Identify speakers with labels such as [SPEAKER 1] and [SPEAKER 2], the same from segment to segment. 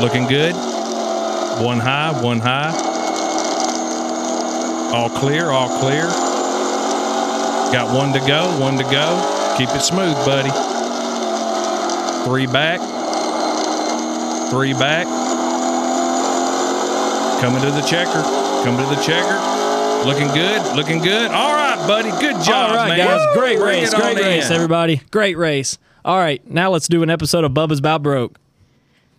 [SPEAKER 1] Looking good. One high, one high. All clear, all clear. Got one to go, one to go. Keep it smooth, buddy. Three back. Three back. Coming to the checker. Coming to the checker. Looking good, looking good. All right, buddy. Good job,
[SPEAKER 2] All right,
[SPEAKER 1] man.
[SPEAKER 2] guys. Great
[SPEAKER 1] Woo! Bring
[SPEAKER 2] race.
[SPEAKER 1] it
[SPEAKER 2] Great
[SPEAKER 1] on
[SPEAKER 2] race,
[SPEAKER 1] in.
[SPEAKER 2] everybody. Great race. All right, now let's do an episode of Bubba's About Broke.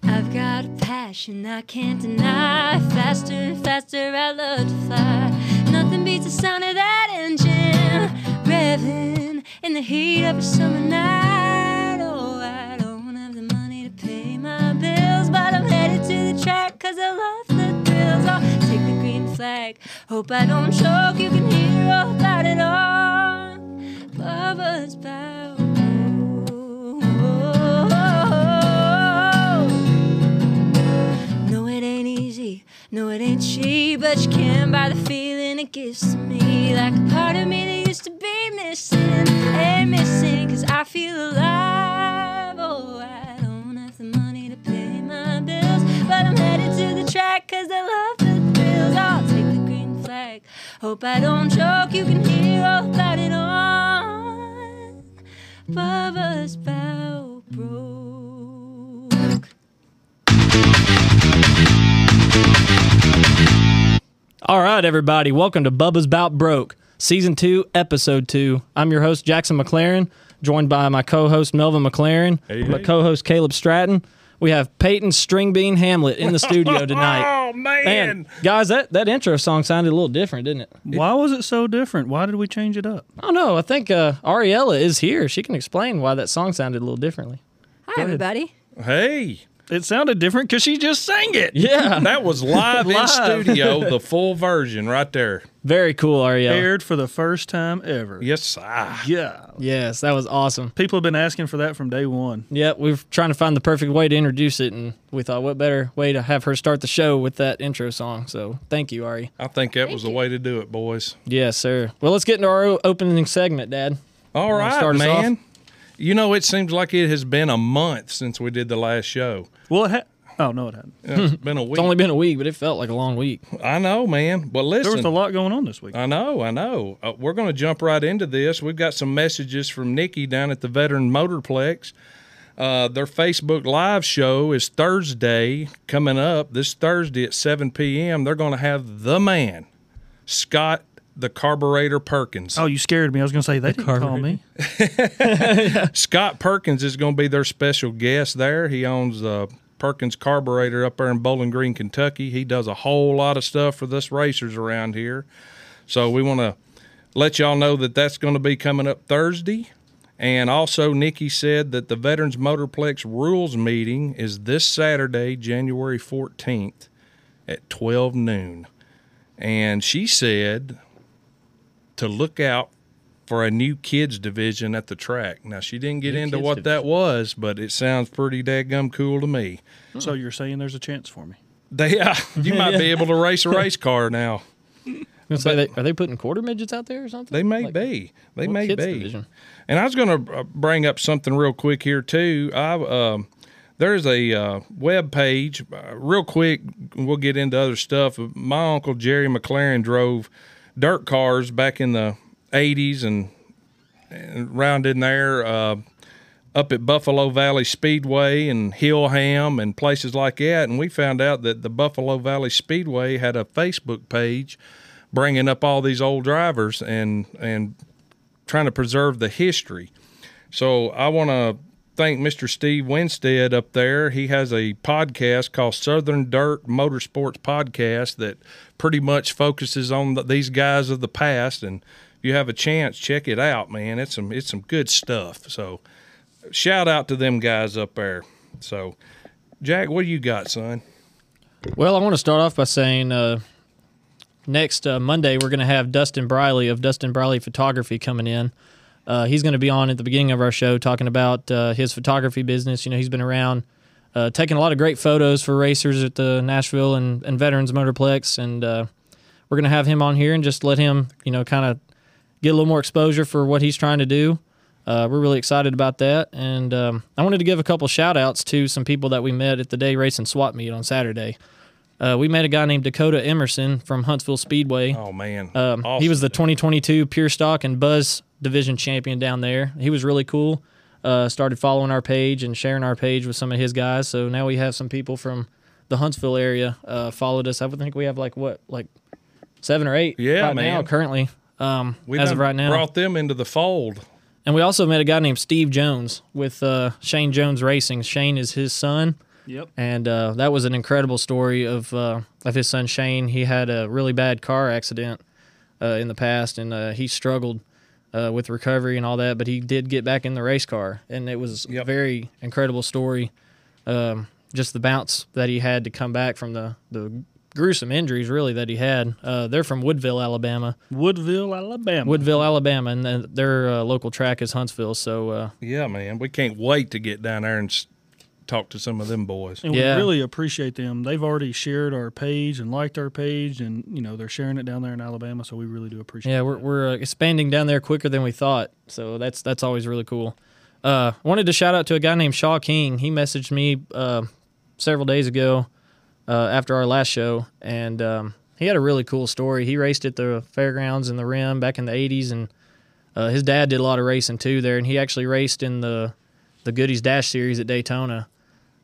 [SPEAKER 3] I've got a passion I can't deny. Faster and faster, I love to fly. Nothing beats the sound of that engine revving in the heat of a summer night. Oh, I don't have the money to pay my bills, but I'm headed to the track 'cause I love the thrills. I'll take the green flag. Hope I don't choke. You can hear all about it all. Bubba's bow. Oh, No, it ain't easy. No, it ain't cheap, but you can buy the feeling it gives to me. Like a part of me that used to be missing and missing, cause I feel alive. Oh, I don't have the money to pay my bills, but I'm headed to the track cause I love the thrills. I'll take the green flag. Hope I don't choke, you can hear all about it on Bubba's Bow Broke.
[SPEAKER 2] All right, everybody, welcome to Bubba's Bout Broke, Season 2, Episode 2. I'm your host, Jackson McLaren, joined by my co host, Melvin McLaren,
[SPEAKER 1] Hey,
[SPEAKER 2] my
[SPEAKER 1] hey.
[SPEAKER 2] co host, Caleb Stratton. We have Peyton Stringbean Hamlet in the studio tonight.
[SPEAKER 1] Oh, man.
[SPEAKER 2] Man, guys, that, that intro song sounded a little different, didn't it?
[SPEAKER 4] Why was it so different? Why did we change it up?
[SPEAKER 2] I don't know. I think uh, Ariella is here. She can explain why that song sounded a little differently.
[SPEAKER 3] Hi, everybody.
[SPEAKER 1] Hey.
[SPEAKER 4] It sounded different because she just sang it.
[SPEAKER 2] Yeah.
[SPEAKER 1] That was live, in
[SPEAKER 4] Live.
[SPEAKER 1] studio, the full version right there.
[SPEAKER 2] Very cool, Ariella.
[SPEAKER 4] Aired for the first time ever.
[SPEAKER 1] Yes, ah.
[SPEAKER 4] Yeah.
[SPEAKER 2] Yes, that was awesome.
[SPEAKER 4] People have been asking for that from day one.
[SPEAKER 2] Yeah, we were trying to find the perfect way to introduce it, and we thought, what better way to have her start the show with that intro song? So thank you, Ari.
[SPEAKER 1] I think that was the way to do it, boys.
[SPEAKER 2] Yes, sir. Well, let's get into our o- opening segment, Dad.
[SPEAKER 1] All right,
[SPEAKER 2] start us off?
[SPEAKER 1] man. You know, it seems like it has been a month since we did the last show.
[SPEAKER 4] Well, it ha- oh, no, it hadn't.
[SPEAKER 1] It's been a week.
[SPEAKER 2] It's only been a week, but it felt like a long week.
[SPEAKER 1] I know, man. But
[SPEAKER 4] There
[SPEAKER 1] listen,
[SPEAKER 4] was a lot going on this week.
[SPEAKER 1] I know, I know. Uh, we're going to jump right into this. We've got some messages from Nikki down at the Veteran Motorplex. Uh, their Facebook Live show is Thursday coming up. This Thursday at 7 p.m., they're going to have the man, Scott the Carburetor Perkins.
[SPEAKER 4] Oh, you scared me. I was going to say, they didn't call me.
[SPEAKER 1] Scott Perkins is going to be their special guest there. He owns uh, Perkins Carburetor up there in Bowling Green, Kentucky. He does a whole lot of stuff for us racers around here. So we want to let y'all know that that's going to be coming up Thursday. And also, Nikki said that the Veterans Motorplex Rules meeting is this Saturday, January 14th at 12 noon. And she said to look out for a new kids division at the track. Now, she didn't get into
[SPEAKER 2] kids
[SPEAKER 1] what that was, but it sounds pretty dadgum cool to me.
[SPEAKER 4] So you're saying there's a chance for me?
[SPEAKER 1] They, you might be able to race a race car now.
[SPEAKER 2] I'm gonna say, they- are they putting quarter midgets out there or something?
[SPEAKER 1] They may
[SPEAKER 2] Like,
[SPEAKER 1] be. They
[SPEAKER 2] what
[SPEAKER 1] may be.
[SPEAKER 2] kids division?
[SPEAKER 1] And I was going to bring up something real quick here too. I um, there's a uh, web page. Uh, real quick, we'll get into other stuff. My uncle Jerry McLaren drove dirt cars back in the '80s and, and around in there. Uh, up at Buffalo Valley Speedway and Hillham and places like that. And we found out that the Buffalo Valley Speedway had a Facebook page bringing up all these old drivers and, and trying to preserve the history. So I want to thank Mr. Steve Winstead up there. He has a podcast called Southern Dirt Motorsports Podcast that pretty much focuses on the, these guys of the past. And if you have a chance, check it out, man. It's some it's some good stuff. So shout out to them guys up there. So Jack, what do you got, son?
[SPEAKER 2] Well, I want to start off by saying uh, next uh, Monday we're going to have Dustin Briley of Dustin Briley Photography coming in. Uh, he's going to be on at the beginning of our show talking about uh, his photography business. You know, he's been around uh, taking a lot of great photos for racers at the Nashville and, and Veterans Motorplex, and uh, we're going to have him on here and just let him, you know, kind of get a little more exposure for what he's trying to do. Uh, we're really excited about that. And um, I wanted to give a couple shout outs to some people that we met at the day racing swap meet on Saturday. Uh, we met a guy named Dakota Emerson from Huntsville Speedway.
[SPEAKER 1] Oh man,
[SPEAKER 2] Um, He
[SPEAKER 1] Awesome.
[SPEAKER 2] was the 2022 Pure Stock and Buzz Division champion down there. He was really cool. Uh, started following our page and sharing our page with some of his guys. So now we have some people from the Huntsville area uh, followed us. I would think we have like what, like seven or eight?
[SPEAKER 1] Yeah,
[SPEAKER 2] right now
[SPEAKER 1] man.
[SPEAKER 2] currently. Um,
[SPEAKER 1] We
[SPEAKER 2] as
[SPEAKER 1] done
[SPEAKER 2] of right now,
[SPEAKER 1] brought them into the fold.
[SPEAKER 2] and we also met a guy named Steve Jones with uh, Shane Jones Racing. Shane is his son
[SPEAKER 4] Yep.
[SPEAKER 2] and uh, that was an incredible story of uh, of his son Shane. He had a really bad car accident uh, in the past, and uh, he struggled uh, with recovery and all that. But he did get back in the race car, and it was a
[SPEAKER 1] Yep.
[SPEAKER 2] very incredible story. Um, just the bounce that he had to come back from the the gruesome injuries, really, that he had. Uh, they're from Woodville, Alabama.
[SPEAKER 4] Woodville, Alabama.
[SPEAKER 2] Woodville, Alabama, and then their uh, local track is Huntsville. So uh,
[SPEAKER 1] Yeah, man, we can't wait to get down there and s- talk to some of them boys.
[SPEAKER 4] and
[SPEAKER 2] Yeah.
[SPEAKER 4] we really appreciate them. They've already shared our page and liked our page, and you know they're sharing it down there in Alabama. So we really do appreciate.
[SPEAKER 2] Yeah, we're, we're uh, expanding down there quicker than we thought, so that's that's always really cool. Uh, wanted to shout out to a guy named Shaw King. He messaged me uh, several days ago uh, after our last show, and um, he had a really cool story. He raced at the fairgrounds and the rim back in the '80s, and uh, his dad did a lot of racing too there, and he actually raced in the the Goodies Dash Series at Daytona,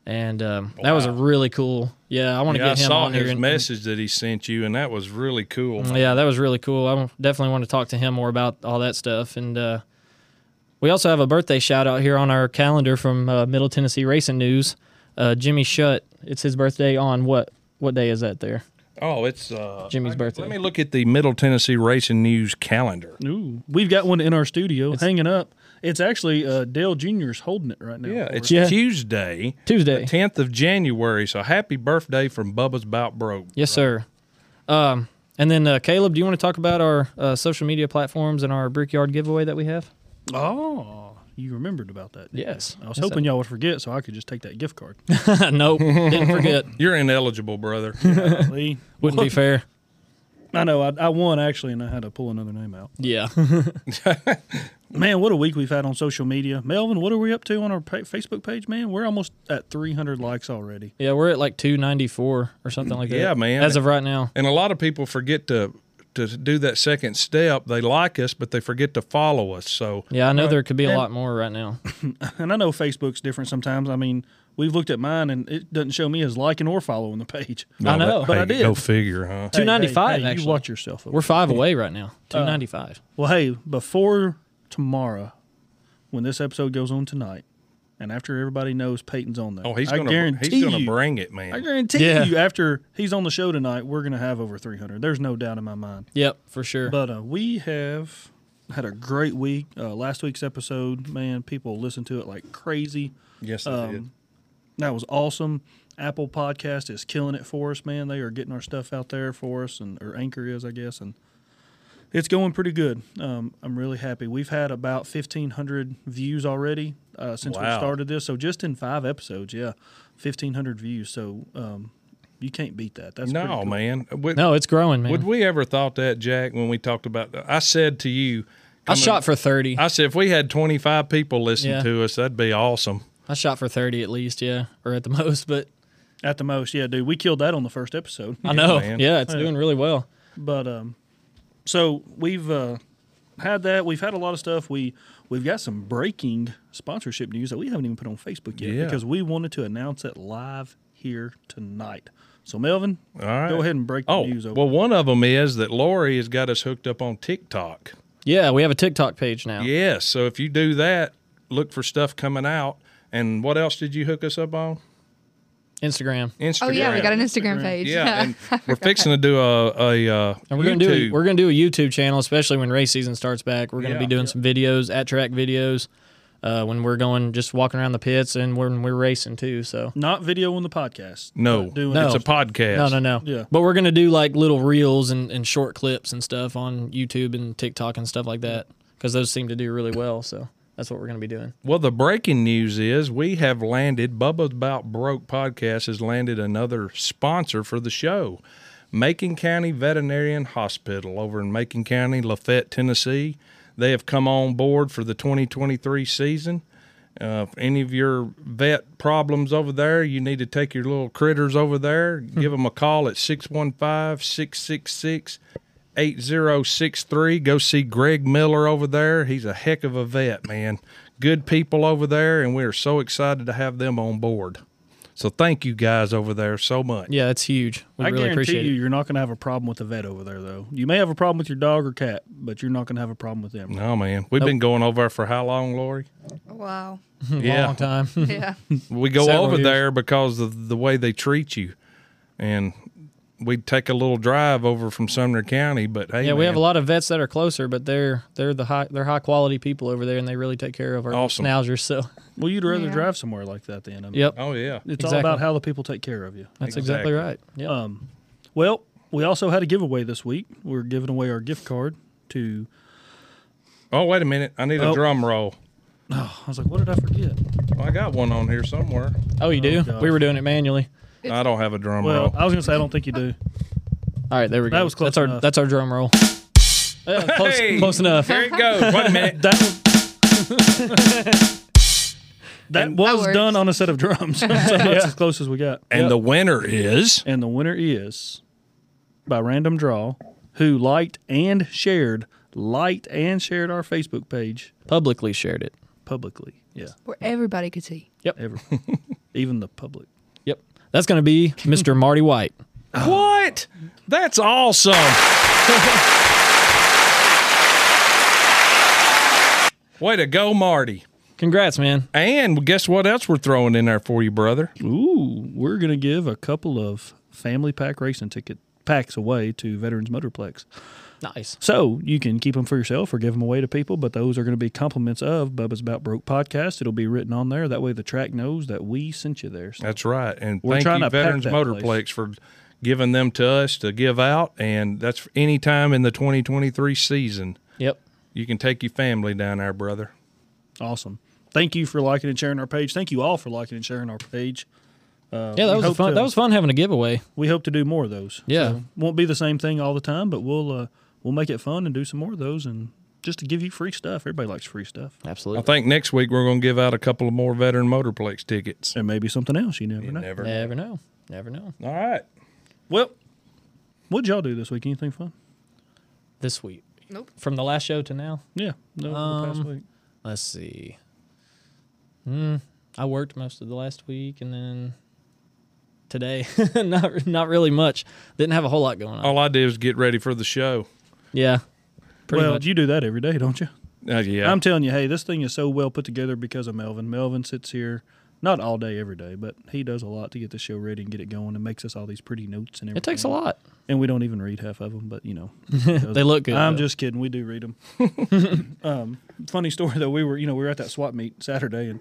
[SPEAKER 2] and um, that was a
[SPEAKER 1] Wow.
[SPEAKER 2] really cool. Yeah, I want to
[SPEAKER 1] Yeah, I
[SPEAKER 2] get him
[SPEAKER 1] saw
[SPEAKER 2] on here
[SPEAKER 1] his
[SPEAKER 2] and- Mm-hmm. and-
[SPEAKER 1] message that he sent you, and that was really cool.
[SPEAKER 2] Mm, yeah, that was really cool. I definitely want to talk to him more about all that stuff. And uh, we also have a birthday shout out here on our calendar from uh, Middle Tennessee Racing News. Uh, Jimmy Shutt. It's his birthday on what? What day is that there?
[SPEAKER 1] Oh, it's uh,
[SPEAKER 2] Jimmy's
[SPEAKER 1] I-
[SPEAKER 2] birthday.
[SPEAKER 1] Let me look at the Middle Tennessee Racing News calendar.
[SPEAKER 4] It. Ooh, we've got one in our studio hanging up. It's actually uh, Dale Junior's holding it right now.
[SPEAKER 1] Yeah,
[SPEAKER 4] for
[SPEAKER 1] it's
[SPEAKER 4] us.
[SPEAKER 2] Yeah.
[SPEAKER 1] Tuesday,
[SPEAKER 2] Tuesday.
[SPEAKER 1] tenth of January. So happy birthday from Bubba's Bout Broke.
[SPEAKER 2] yes, sir. Um, and then uh, Caleb, do you want to talk about our uh, social media platforms and our Brickyard giveaway that we have?
[SPEAKER 4] oh. You remembered about that? didn't you?
[SPEAKER 2] Yes.
[SPEAKER 4] I was
[SPEAKER 2] Yes, I
[SPEAKER 4] hoping y'all would forget, so I could just take that gift card.
[SPEAKER 2] nope, didn't forget.
[SPEAKER 1] You're ineligible, brother.
[SPEAKER 4] Lee,
[SPEAKER 2] Wouldn't be fair.
[SPEAKER 4] I know. I, I won actually, and I had to pull another name out.
[SPEAKER 2] Yeah.
[SPEAKER 4] Man, what a week we've had on social media. Melvin, what are we up to on our pa- Facebook page, man? We're almost at 300 likes already.
[SPEAKER 2] yeah, we're at like 294 or something like that.
[SPEAKER 1] Yeah, man.
[SPEAKER 2] As of right now.
[SPEAKER 1] and a lot of people forget to to do that second step. They like us, but they forget to follow us. So
[SPEAKER 2] Yeah, I know there could be a
[SPEAKER 4] And-
[SPEAKER 2] lot more right now.
[SPEAKER 4] And I know Facebook's different sometimes. I mean, we've looked at mine, and it doesn't show me as liking or following the page.
[SPEAKER 2] I know,
[SPEAKER 4] but I
[SPEAKER 1] hey,
[SPEAKER 4] did.
[SPEAKER 1] Go figure, huh?
[SPEAKER 4] Hey, hey,
[SPEAKER 2] 295,
[SPEAKER 4] hey,
[SPEAKER 2] actually.
[SPEAKER 4] You watch yourself.
[SPEAKER 2] We're five away right now. Two ninety five.
[SPEAKER 4] well, hey, before tomorrow, when this episode goes on tonight, and after everybody knows Peyton's on there,
[SPEAKER 1] Oh, he's
[SPEAKER 4] I
[SPEAKER 1] gonna
[SPEAKER 4] guarantee
[SPEAKER 1] he's gonna
[SPEAKER 4] you,
[SPEAKER 1] bring it,
[SPEAKER 4] I
[SPEAKER 1] man.
[SPEAKER 4] guarantee
[SPEAKER 2] Yeah.
[SPEAKER 4] you, after he's on the show tonight, we're gonna have over 300. There's no doubt in my mind.
[SPEAKER 2] yep, for sure.
[SPEAKER 4] But uh, we have had a great week. Uh, last week's episode, man, people listened to it like crazy.
[SPEAKER 1] Yes, I did.
[SPEAKER 4] Um, that was awesome. Apple Podcast is killing it for us, man. They are getting our stuff out there for us, and or Anchor is, I guess, and it's going pretty good. Um, I'm really happy. We've had about 1,500 views already uh, since we
[SPEAKER 1] Wow.
[SPEAKER 4] started this. So just in five episodes, yeah, 1,500 views. So um, you can't beat that. That's pretty
[SPEAKER 1] No,
[SPEAKER 4] cool.
[SPEAKER 1] man. We-
[SPEAKER 2] no, it's growing, man.
[SPEAKER 1] Would we ever thought that, Jack, when we talked about? I said to you,
[SPEAKER 2] I
[SPEAKER 1] coming-
[SPEAKER 2] shot for thirty. I,
[SPEAKER 1] I said if we had twenty five people listen
[SPEAKER 2] Yeah.
[SPEAKER 1] to us, that'd be awesome.
[SPEAKER 2] shot for thirty at least, yeah, or at the most. But
[SPEAKER 4] At the most, yeah, dude, we killed that on the first episode.
[SPEAKER 2] I know,
[SPEAKER 1] man.
[SPEAKER 2] yeah, it's doing really well.
[SPEAKER 4] But um, so we've uh, had that. We've had a lot of stuff. We we've got some breaking sponsorship news that we haven't even put on Facebook yet
[SPEAKER 1] Yeah.
[SPEAKER 4] because we wanted to announce it live here tonight. So Melvin,
[SPEAKER 1] All right.
[SPEAKER 4] go ahead and break the
[SPEAKER 1] Oh,
[SPEAKER 4] news. Over.
[SPEAKER 1] well, one of them is that Lori has got us hooked up on TikTok.
[SPEAKER 2] Yeah, we have a TikTok page now.
[SPEAKER 1] Yes. So if you do that, look for stuff coming out. And what else did you hook us up
[SPEAKER 2] Oh,
[SPEAKER 1] on?
[SPEAKER 2] Instagram,
[SPEAKER 1] Instagram.
[SPEAKER 5] Oh yeah, we got an Instagram page.
[SPEAKER 1] Yeah, and we're fixing to do a a. Uh,
[SPEAKER 2] and we're gonna do
[SPEAKER 1] YouTube.
[SPEAKER 2] a, we're gonna do a YouTube channel, especially when race season starts back. We're gonna
[SPEAKER 1] Yeah.
[SPEAKER 2] be doing some videos, at track videos, uh, when we're going just walking around the pits and when we're racing too. So
[SPEAKER 4] not video on the podcast.
[SPEAKER 1] no,
[SPEAKER 4] but doing
[SPEAKER 2] No.
[SPEAKER 1] it's a podcast.
[SPEAKER 2] no, no, no.
[SPEAKER 4] Yeah.
[SPEAKER 2] But we're gonna do like little reels and, and short clips and stuff on YouTube and TikTok and stuff like that because those seem to do really well. So that's what we're gonna be doing.
[SPEAKER 1] Well, the breaking news is we have landed, Bubba's About Broke podcast has landed another sponsor for the show Macon County Veterinarian Hospital over in Macon County, Lafayette, Tennessee. They have come on board for the 2023 season. Uh, if any of your vet problems over there, you need to take your little critters over there.
[SPEAKER 2] Hmm.
[SPEAKER 1] Give them a call at 615 666 8063. Go see Greg Miller over there. He's a heck of a vet, man. Good people over there, and we are so excited to have them on board. So thank you guys over there so much.
[SPEAKER 2] Yeah, that's huge. We
[SPEAKER 4] I
[SPEAKER 2] really
[SPEAKER 4] guarantee
[SPEAKER 2] appreciate
[SPEAKER 4] you,
[SPEAKER 2] it.
[SPEAKER 4] you're not going to have a problem with the vet over there, though. You may have a problem with your dog or cat, but you're not going to have a problem with them.
[SPEAKER 1] No, Oh, man. We've been going over there for how long, Lori?
[SPEAKER 5] Wow.
[SPEAKER 1] yeah.
[SPEAKER 2] Long time.
[SPEAKER 5] Yeah.
[SPEAKER 1] We go
[SPEAKER 2] Several
[SPEAKER 1] over
[SPEAKER 2] years.
[SPEAKER 1] there because of the way they treat you. And we'd take a little drive over from Sumner County, but hey,
[SPEAKER 2] yeah, we have a
[SPEAKER 1] man,
[SPEAKER 2] lot of vets that are closer, but they're they're the high they're high quality people over there, and they really take care of our
[SPEAKER 1] Awesome.
[SPEAKER 2] schnauzers. So,
[SPEAKER 4] Well, you'd rather
[SPEAKER 5] Yeah.
[SPEAKER 4] drive somewhere like that then. I mean,
[SPEAKER 2] yep,
[SPEAKER 1] Oh, yeah.
[SPEAKER 4] It's
[SPEAKER 2] Exactly.
[SPEAKER 4] all about how the people take care of you.
[SPEAKER 2] that's
[SPEAKER 1] Exactly.
[SPEAKER 2] exactly, right. Yeah,
[SPEAKER 4] Um, well, we also had a giveaway this week. We're giving away our gift card to.
[SPEAKER 1] Oh, wait a minute. I need a
[SPEAKER 4] Oh.
[SPEAKER 1] drum roll.
[SPEAKER 4] I was like, what did I forget?
[SPEAKER 1] I got one on here somewhere.
[SPEAKER 2] oh, you do.
[SPEAKER 4] gosh.
[SPEAKER 2] we were doing it manually.
[SPEAKER 1] I don't have a drum
[SPEAKER 4] Well,
[SPEAKER 1] roll.
[SPEAKER 4] I was going to say, I don't think you do.
[SPEAKER 2] All right, there we go.
[SPEAKER 4] That was close
[SPEAKER 2] That's our
[SPEAKER 4] enough.
[SPEAKER 2] that's our drum roll. Yeah, close,
[SPEAKER 1] Hey!
[SPEAKER 2] close enough.
[SPEAKER 1] There it goes. Wait a minute.
[SPEAKER 4] That that was
[SPEAKER 5] works.
[SPEAKER 4] done on a set of drums. so that's as close as we got.
[SPEAKER 1] And the winner is
[SPEAKER 4] And the winner is by random draw, who liked and shared, liked and shared our Facebook page
[SPEAKER 2] Publicly shared it.
[SPEAKER 4] publicly. Yeah,
[SPEAKER 5] Where everybody could see.
[SPEAKER 4] ever, even the public.
[SPEAKER 2] Yep, that's going to be Mr. Marty White.
[SPEAKER 1] what? That's awesome. Way to go, Marty.
[SPEAKER 2] Congrats, man.
[SPEAKER 1] And guess what else we're throwing in there for you, brother?
[SPEAKER 4] Ooh, we're gonna give a couple of family pack racing ticket packs away to Veterans Motorplex.
[SPEAKER 2] Nice.
[SPEAKER 4] So you can keep them for yourself or give them away to people, but those are going to be compliments of Bubba's About Broke podcast. It'll be written on there. That way the track knows that we sent you there. So
[SPEAKER 1] That's right. And
[SPEAKER 4] We're
[SPEAKER 1] thank
[SPEAKER 4] trying
[SPEAKER 1] you,
[SPEAKER 4] to pack
[SPEAKER 1] Veterans
[SPEAKER 4] that
[SPEAKER 1] Motorplex,
[SPEAKER 4] place.
[SPEAKER 1] for giving them to us to give out. And that's any time in the 2023 season.
[SPEAKER 2] Yep.
[SPEAKER 1] You can take your family down there, brother.
[SPEAKER 4] awesome. Thank you for liking and sharing our page. Thank you all for liking and sharing our page.
[SPEAKER 2] yeah, that
[SPEAKER 4] we
[SPEAKER 2] was a
[SPEAKER 4] hope
[SPEAKER 2] fun.
[SPEAKER 4] to-
[SPEAKER 2] That was fun having a giveaway.
[SPEAKER 4] We hope to do more of those.
[SPEAKER 2] Yeah.
[SPEAKER 4] So, won't be the same thing all the time, but we'll uh, we'll make it fun and do some more of those and just to give you free stuff. Everybody likes free stuff.
[SPEAKER 1] I
[SPEAKER 2] Absolutely.
[SPEAKER 1] think next week we're going to give out a couple of more Veteran Motorplex tickets.
[SPEAKER 4] And maybe something else. You never
[SPEAKER 1] You
[SPEAKER 4] know.
[SPEAKER 1] never.
[SPEAKER 2] Never know. Never know.
[SPEAKER 1] All right.
[SPEAKER 4] Well, what'd y'all do this week? Anything fun?
[SPEAKER 2] This week.
[SPEAKER 5] Nope.
[SPEAKER 2] From the last show to now.
[SPEAKER 4] Yeah. No, the past
[SPEAKER 2] Um,
[SPEAKER 4] week.
[SPEAKER 2] Let's see. Hmm. I worked most of the last week, and then today, not not really much. Didn't have a whole lot going on.
[SPEAKER 1] All I did was get ready for the show.
[SPEAKER 2] Yeah. Pretty
[SPEAKER 4] well,
[SPEAKER 2] much.
[SPEAKER 4] you do that every day, don't you?
[SPEAKER 1] Uh, yeah.
[SPEAKER 4] I'm telling you, hey, this thing is so well put together because of Melvin. Melvin sits here, not all day, every day, but he does a lot to get the show ready and get it going and makes us all these pretty notes and everything.
[SPEAKER 2] it takes a lot.
[SPEAKER 4] And we don't even read half of them, but you know.
[SPEAKER 2] They look good,
[SPEAKER 4] I'm
[SPEAKER 2] though.
[SPEAKER 4] just kidding. We do read them. um, funny story, though. We were, you know, we were at that swap meet Saturday and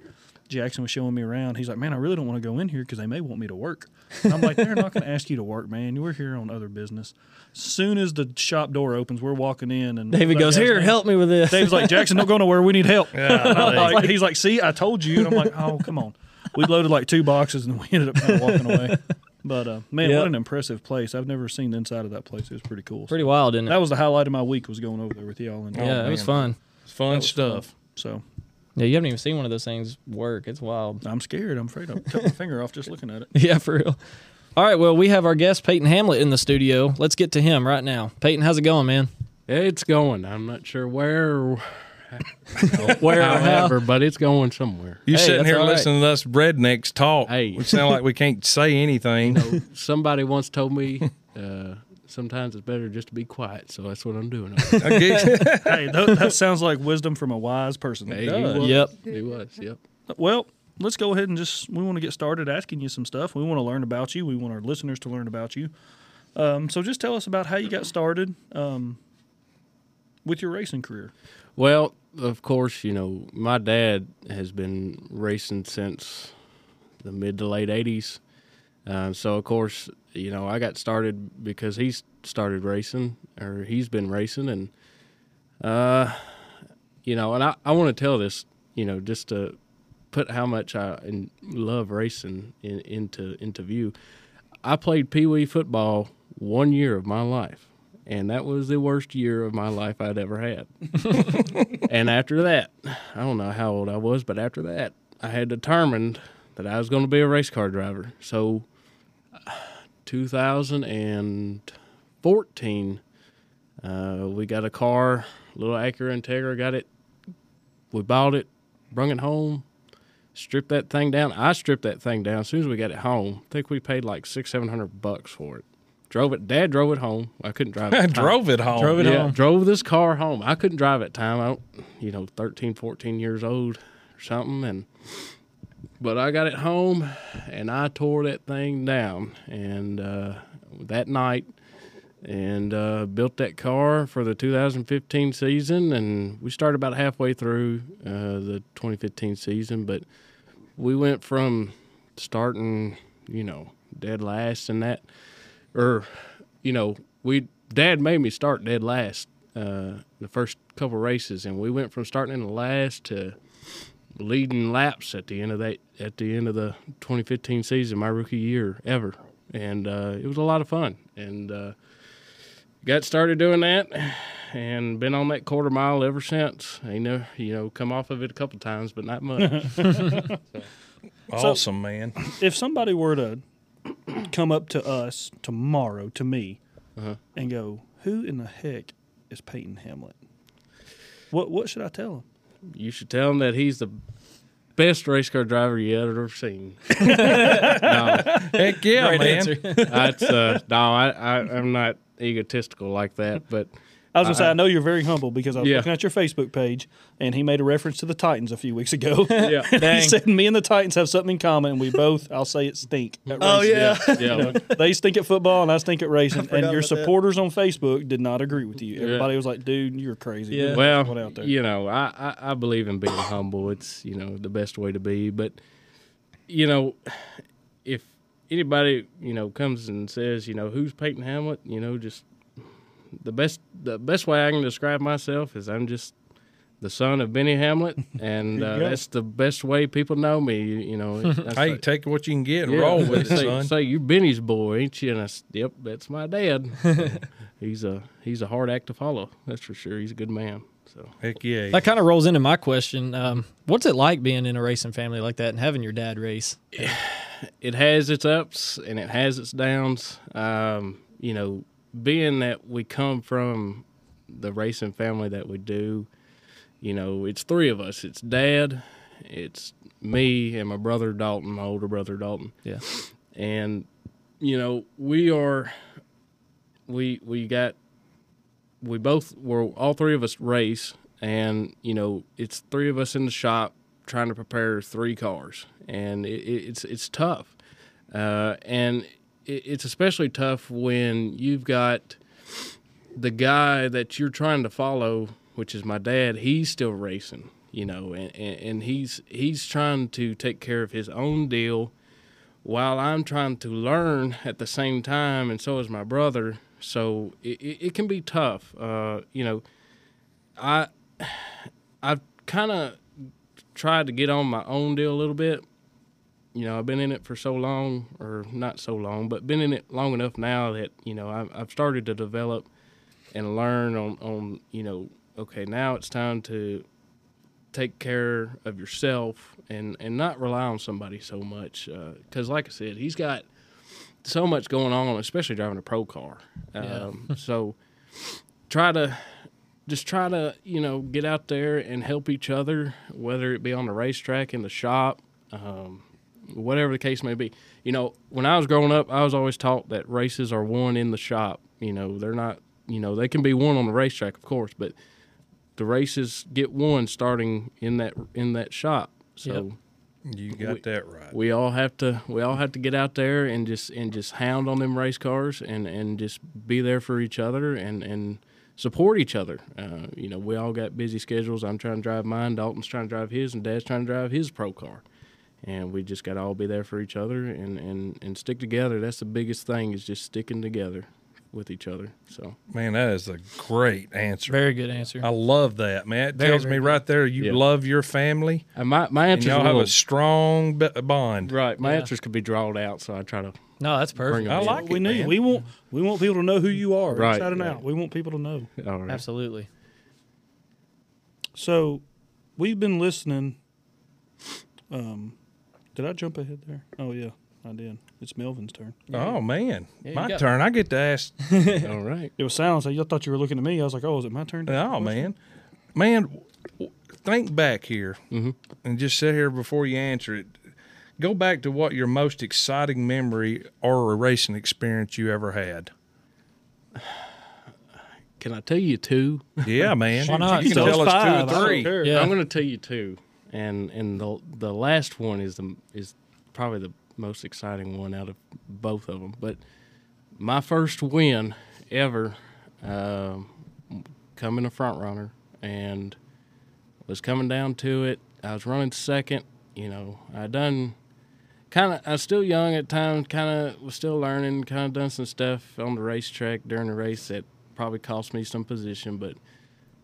[SPEAKER 4] Jackson was showing me around. He's like, man, I really don't want to go in here because they may want me to work. And I'm like, they're not going to ask you to work, man. You are here on other business. Soon as the shop door opens, we're walking in and
[SPEAKER 2] David goes, "Here, help me with this."
[SPEAKER 4] Dave's like, Jackson, don't go nowhere. We need help. And I'm
[SPEAKER 1] Dave.
[SPEAKER 4] like- he's like, see, I told you. And I'm like, oh, come on. We loaded like two boxes and we ended up kind of walking away. But uh, man,
[SPEAKER 2] Yep.
[SPEAKER 4] what an impressive place! I've never seen the inside of that place. It was pretty cool.
[SPEAKER 2] Pretty wild, isn't it?
[SPEAKER 4] that was the highlight of my week was going over there with y'all and
[SPEAKER 2] yeah, it was
[SPEAKER 1] man.
[SPEAKER 2] fun.
[SPEAKER 1] Fun stuff.
[SPEAKER 4] So
[SPEAKER 2] Yeah, you haven't even seen one of those things work. It's wild.
[SPEAKER 4] I'm scared. I'm afraid I'll cut my finger off just looking at it.
[SPEAKER 2] Yeah, for real. All right, well, we have our guest Peyton Hamlet in the studio. Let's get to him right now. Peyton, how's it going, man?
[SPEAKER 6] It's going. I'm not sure where, or
[SPEAKER 2] Where
[SPEAKER 6] however, but it's going somewhere.
[SPEAKER 1] You
[SPEAKER 2] Hey,
[SPEAKER 1] sitting
[SPEAKER 2] that's
[SPEAKER 1] here
[SPEAKER 2] all right.
[SPEAKER 1] listening to us rednecks talk.
[SPEAKER 6] Hey.
[SPEAKER 1] We sound like we can't say anything.
[SPEAKER 6] Somebody once told me uh, sometimes it's better just to be quiet, so that's what I'm doing.
[SPEAKER 1] Okay.
[SPEAKER 4] hey, that, that sounds like wisdom from a wise person.
[SPEAKER 6] Hey,
[SPEAKER 4] It does.
[SPEAKER 6] was.
[SPEAKER 2] Yep.
[SPEAKER 6] He was. Yep.
[SPEAKER 4] Well, let's go ahead and just we want to get started asking you some stuff. We want to learn about you. We want our listeners to learn about you. Um, so just tell us about how you got started um, with your racing career.
[SPEAKER 6] Well, of course, you know my dad has been racing since the mid to late '80s. Um, so of course, you know I got started because he's started racing, or he's been racing, and uh, you know, and I, I want to tell this, you know, just to put how much I in, love racing in, into into view. I played pee wee football one year of my life, and that was the worst year of my life I'd ever had. and after that, I don't know how old I was, but after that, I had determined that I was going to be a race car driver. So, 2014, uh, we got a car, little Acura Integra, got it. We bought it, brung it home, stripped that thing down. I stripped that thing down as soon as we got it home. I think we paid like six, seven hundred bucks for it. Drove it. Dad drove it home. I couldn't drive. it.
[SPEAKER 1] I drove it home.
[SPEAKER 2] Drove it
[SPEAKER 6] yeah,
[SPEAKER 2] home.
[SPEAKER 6] drove this car home. I couldn't drive at the time. I don't, you know, 13, 14 years old or something. And but I got it home and I tore that thing down. And uh, that night and uh, built that car for the 2015 season. And we started about halfway through uh, the 2015 season, but we went from starting, you know, dead last and that, or, you know, we dad made me start dead last uh, the first couple races, and we went from starting in the last to leading laps at the end of that at the end of the 2015 season, my rookie year ever, and uh, it was a lot of fun, and uh, got started doing that, and been on that quarter mile ever since. I know you know come off of it a couple times, but not much.
[SPEAKER 1] Awesome, man.
[SPEAKER 4] if somebody were to come up to us tomorrow, to me, and go, "Who in the heck is Peyton Hamlet?" What what should I tell him?
[SPEAKER 6] You should tell him that he's the best race car driver you ever seen. no,
[SPEAKER 1] Heck yeah,
[SPEAKER 2] Great
[SPEAKER 1] man.
[SPEAKER 2] answer.
[SPEAKER 6] that's, uh, no, I, I, I'm not egotistical like that, but
[SPEAKER 4] I was gonna say I know you're very humble because I was
[SPEAKER 6] Yeah.
[SPEAKER 4] looking at your Facebook page and he made a reference to the Titans a few weeks ago. Yeah, he
[SPEAKER 2] Dang.
[SPEAKER 4] said me and the Titans have something in common, and we both I'll say it stink. at racing.
[SPEAKER 6] yeah, yeah.
[SPEAKER 4] they stink at football and I stink at racing. And your
[SPEAKER 7] about that.
[SPEAKER 4] supporters on Facebook did not agree with you. Everybody was like, "Dude, you're crazy."
[SPEAKER 2] Yeah.
[SPEAKER 4] You're
[SPEAKER 6] Well,
[SPEAKER 4] what out there.
[SPEAKER 6] you know, I, I, I believe in being humble. It's you know the best way to be. But you know, if anybody you know comes and says you know who's Peyton Hamlet, you know, just the best the best way I can describe myself is I'm just the son of Benny Hamlet, and uh,
[SPEAKER 4] go.
[SPEAKER 6] that's the best way people know me. You, you know, that's
[SPEAKER 1] Hey,
[SPEAKER 6] like-
[SPEAKER 1] take what you can get and
[SPEAKER 6] yeah,
[SPEAKER 1] roll with it,
[SPEAKER 6] say,
[SPEAKER 1] son.
[SPEAKER 6] Say you're Benny's boy, ain't you? And I, s- yep, that's my dad. he's a he's a hard act to follow. That's for sure. He's a good man. So.
[SPEAKER 1] Heck yeah.
[SPEAKER 2] That kind of rolls into my question. Um, what's it like being in a racing family like that and having your dad race?
[SPEAKER 6] it has its ups and it has its downs. Um, you know, being that we come from the racing family that we do, you know, it's three of us. It's dad, it's me, and my brother Dalton, my older brother Dalton.
[SPEAKER 2] Yeah.
[SPEAKER 6] And you know, we are we we got we both were all three of us race and you know it's three of us in the shop trying to prepare three cars and it, it, it's it's tough uh, and it, it's especially tough when you've got the guy that you're trying to follow which is my dad he's still racing you know and, and, and he's he's trying to take care of his own deal while I'm trying to learn at the same time, and so is my brother. So it, it, it can be tough. Uh, you know, I I've kind of tried to get on my own deal a little bit. You know, I've been in it for so long, or not so long, but been in it long enough now that you know I've, I've started to develop and learn on on you know. Okay, now it's time to take care of yourself and and not rely on somebody so much because like i said he's got so much going on especially driving a pro car um, so try to just try to you know get out there and help each other whether it be on the racetrack in the shop um, whatever the case may be you know when i was growing up i was always taught that races are won in the shop you know they're not you know they can be won on the racetrack of course but the races get won starting in that in that shop. So
[SPEAKER 2] Yep.
[SPEAKER 1] You got that right.
[SPEAKER 6] we all have to we all have to get out there and just and just hound on them race cars and and just be there for each other and and support each other. Uh, you know, we all got busy schedules. I'm trying to drive mine. Dalton's trying to drive his, and Dad's trying to drive his pro car. And we just got to all be there for each other and and and stick together. That's the biggest thing is just sticking together. with each other. So
[SPEAKER 1] Man, that is a great answer.
[SPEAKER 2] Very good answer.
[SPEAKER 1] I love that, man. It
[SPEAKER 2] Very,
[SPEAKER 1] tells
[SPEAKER 2] very
[SPEAKER 1] me right there you
[SPEAKER 6] Yeah.
[SPEAKER 1] love your family
[SPEAKER 6] and uh, my my
[SPEAKER 1] and
[SPEAKER 6] answers
[SPEAKER 1] y'all
[SPEAKER 6] a
[SPEAKER 1] have
[SPEAKER 6] little-
[SPEAKER 1] a strong b- bond.
[SPEAKER 6] right. My
[SPEAKER 2] Yeah.
[SPEAKER 6] answers could be drawled out, so I try to
[SPEAKER 2] no, that's
[SPEAKER 6] bring
[SPEAKER 2] perfect.
[SPEAKER 6] them.
[SPEAKER 1] I
[SPEAKER 6] in.
[SPEAKER 1] like it.
[SPEAKER 4] we need.
[SPEAKER 1] man.
[SPEAKER 4] We want we want people to know who you are
[SPEAKER 6] Right,
[SPEAKER 4] inside and
[SPEAKER 6] right.
[SPEAKER 4] out. We want people to know.
[SPEAKER 6] All right.
[SPEAKER 2] Absolutely.
[SPEAKER 4] So, we've been listening. Um, did I jump ahead there? Oh yeah, I did. It's Melvin's turn.
[SPEAKER 1] Oh man,
[SPEAKER 2] Yeah, you
[SPEAKER 1] my
[SPEAKER 2] go.
[SPEAKER 1] turn. I get to ask.
[SPEAKER 6] All right.
[SPEAKER 4] It was silence. I thought you were looking at me. I was like, oh, is it my turn? to ask a
[SPEAKER 1] Oh man,
[SPEAKER 4] question?
[SPEAKER 1] man, w- w- think back here
[SPEAKER 6] Mhm.
[SPEAKER 1] and just sit here before you answer it. Go back to what your most exciting memory or a racing experience you ever had.
[SPEAKER 6] Can I tell you two?
[SPEAKER 1] Yeah, man.
[SPEAKER 2] Why not?
[SPEAKER 1] You can
[SPEAKER 4] So
[SPEAKER 1] tell
[SPEAKER 4] it's
[SPEAKER 1] us
[SPEAKER 4] five. I
[SPEAKER 1] two
[SPEAKER 4] don't
[SPEAKER 1] or three.
[SPEAKER 4] care.
[SPEAKER 2] Yeah.
[SPEAKER 6] I'm going to tell you two, and and the the last one is the is probably the most exciting one out of both of them. But my first win ever, um, coming a front runner, and was coming down to it. I was running second. You know, I done kind of. I was still young at time. Kind of was still learning. Kind of done some stuff on the racetrack during the race that probably cost me some position, but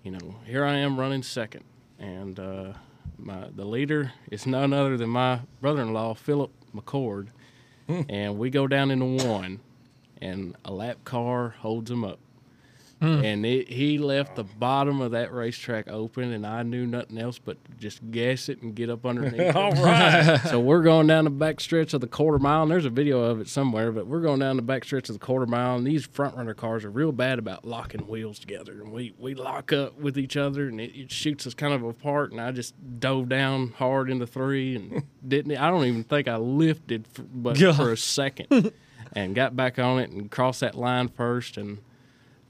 [SPEAKER 6] you know, here I am running second, and uh, my the leader is none other than my brother-in-law Philip McCord, and we go down into one, and a lap car holds him up, and it, he left the bottom of that racetrack open, and I knew nothing else but to just gas it and get up underneath. All right. so we're going down the back stretch of the quarter mile, and there's a video of it somewhere, but we're going down the back stretch of the quarter mile, and these front runner cars are real bad about locking wheels together, and we we lock up with each other, and it, it shoots us kind of apart, and I just dove down hard into three, and didn't I don't even think I lifted, for, but for a second. And got back on it and crossed that line first, and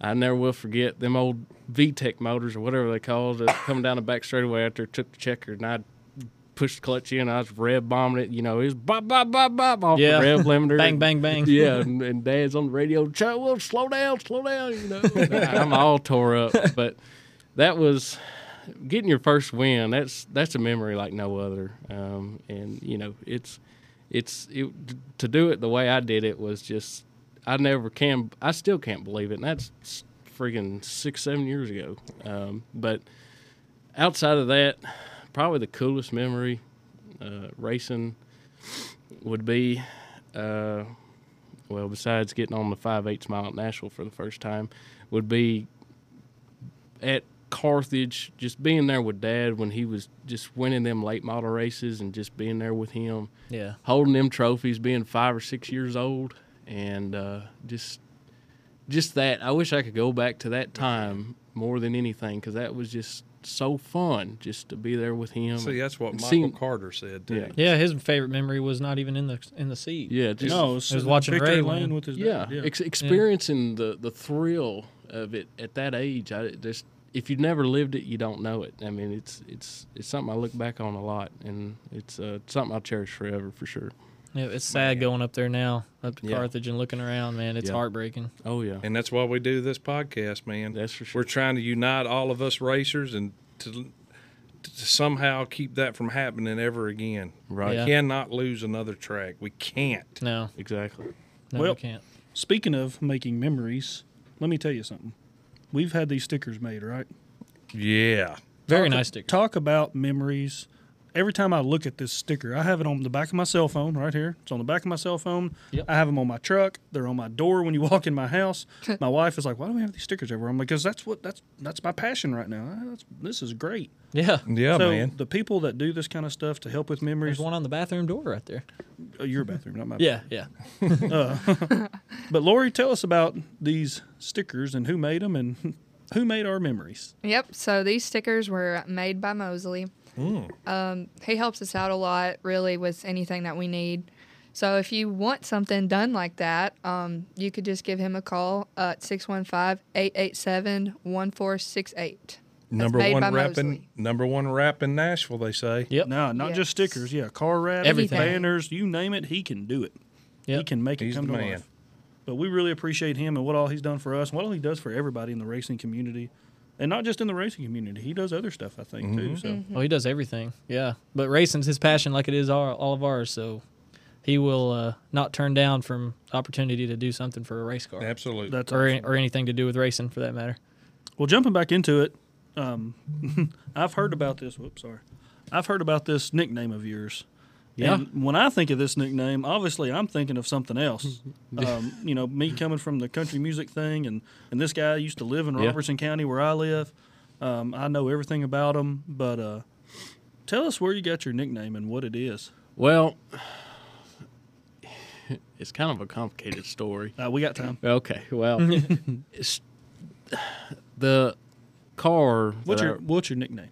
[SPEAKER 6] I never will forget them old VTEC motors or whatever they called it coming down the back straightaway after it took the checker and I pushed the clutch in. I was rev bombing it. You know, it was bop, bop, bop, bop off
[SPEAKER 2] Yeah.
[SPEAKER 6] the rev limiter.
[SPEAKER 2] Bang, bang, bang.
[SPEAKER 6] Yeah, and, and dad's on the radio, Chuck, well, slow down, slow down. You know, And I'm all tore up. But that was getting your first win. That's that's a memory like no other. Um, and you know, it's it's it, to do it the way I did it was just I never can I still can't believe it. And that's s- freaking six seven years ago. Um, but outside of that, probably the coolest memory uh, racing would be. Uh, well, besides getting on the five eighths mile at Nashville for the first time, would be at Carthage, just being there with Dad when he was just winning them late model races and just being there with him,
[SPEAKER 2] Yeah.
[SPEAKER 6] holding them trophies, being five or six years old, and uh, just just that. I wish I could go back to that time more than anything because that was just so fun, just to be there with him.
[SPEAKER 1] See, that's what
[SPEAKER 6] and
[SPEAKER 1] Michael
[SPEAKER 6] seeing-
[SPEAKER 1] Carter said too.
[SPEAKER 6] Yeah.
[SPEAKER 2] Yeah, his favorite memory was not even in the in the seat.
[SPEAKER 6] yeah, just,
[SPEAKER 4] No, it's
[SPEAKER 2] He was watching
[SPEAKER 4] Victory
[SPEAKER 2] Ray
[SPEAKER 4] Lane
[SPEAKER 2] win.
[SPEAKER 4] with his
[SPEAKER 6] yeah,
[SPEAKER 4] dad. Yeah.
[SPEAKER 6] Ex- experiencing the the thrill of it at that age i just if you've never lived it you don't know it i mean it's it's it's something i look back on a lot and it's uh, something i'll cherish forever for sure
[SPEAKER 2] Yeah, it's sad going up there now, up to
[SPEAKER 6] Yeah.
[SPEAKER 2] Carthage and looking around, man. It's
[SPEAKER 6] Yeah.
[SPEAKER 2] heartbreaking.
[SPEAKER 6] oh yeah
[SPEAKER 1] And that's why we do this podcast, man.
[SPEAKER 6] that's for sure
[SPEAKER 1] We're trying to unite all of us racers and to, to somehow keep that from happening ever again.
[SPEAKER 6] right
[SPEAKER 2] Yeah.
[SPEAKER 1] We cannot lose another track. We can't.
[SPEAKER 2] No,
[SPEAKER 6] exactly
[SPEAKER 2] no,
[SPEAKER 4] Well-
[SPEAKER 2] we can't.
[SPEAKER 4] Speaking of making memories, let me tell you something. We've had these stickers made, right?
[SPEAKER 1] Yeah.
[SPEAKER 2] Very
[SPEAKER 4] Talk-
[SPEAKER 2] nice sticker.
[SPEAKER 4] Talk about memories. Every time I look at this sticker, I have it on the back of my cell phone right here. It's on the back of my cell phone.
[SPEAKER 2] Yep.
[SPEAKER 4] I have them on my truck. They're on my door when you walk in my house. my wife is like, "Why do we have these stickers everywhere?" I'm like, "Cause that's what that's that's my passion right now. Ah, That's, this is great."
[SPEAKER 2] Yeah.
[SPEAKER 1] Yeah,
[SPEAKER 4] so
[SPEAKER 1] man.
[SPEAKER 4] the people that do this kind of stuff to help with memories,
[SPEAKER 2] There's one on the bathroom door right there.
[SPEAKER 4] uh, your bathroom, not my.
[SPEAKER 2] Yeah, yeah.
[SPEAKER 4] But Lori, tell us about these stickers and who made them and who made our memories.
[SPEAKER 5] Yep. So these stickers were made by Mosley.
[SPEAKER 1] Mm.
[SPEAKER 5] Um, he helps us out a lot, really, with anything that we need. So if you want something done like that, um, you could just give him a call at 615-887-1468. That's
[SPEAKER 1] Number
[SPEAKER 5] made by
[SPEAKER 1] one rap in
[SPEAKER 5] Mosley.
[SPEAKER 1] number one rap in Nashville, they say.
[SPEAKER 2] Yep.
[SPEAKER 4] No, not
[SPEAKER 5] Yes.
[SPEAKER 4] just stickers. Yeah, car wraps,
[SPEAKER 2] Everything.
[SPEAKER 4] banners, you name it, he can do it. He
[SPEAKER 2] Yep.
[SPEAKER 4] can make it
[SPEAKER 1] He's
[SPEAKER 4] come
[SPEAKER 1] the
[SPEAKER 4] to
[SPEAKER 1] man.
[SPEAKER 4] life. But we really appreciate him and what all he's done for us, and what all he does for everybody in the racing community, and not just in the racing community. He does other stuff, I
[SPEAKER 2] Mm-hmm.
[SPEAKER 4] think, too. So
[SPEAKER 2] Oh, Well, he does everything. Yeah. But racing's his passion, like it is all, all of ours. So he will uh, not turn down from opportunity to do something for a race car
[SPEAKER 1] Absolutely.
[SPEAKER 4] That's
[SPEAKER 2] or any- or anything to do with racing for that matter.
[SPEAKER 4] Well, jumping back into it, um, I've heard about this. Whoops, sorry. I've heard about this nickname of yours.
[SPEAKER 6] Yeah.
[SPEAKER 4] And when I think of this nickname, obviously I'm thinking of something else. um, you know, me coming from the country music thing, and, and this guy used to live in
[SPEAKER 6] Yeah.
[SPEAKER 4] Robertson County where I live. Um, I know everything about him, but uh, tell us where you got your nickname and what it is.
[SPEAKER 6] Well, it's kind of a complicated story.
[SPEAKER 4] Uh, we got time.
[SPEAKER 6] Okay, well, it's, the car.
[SPEAKER 4] What's
[SPEAKER 6] that I-
[SPEAKER 4] your What's your nickname?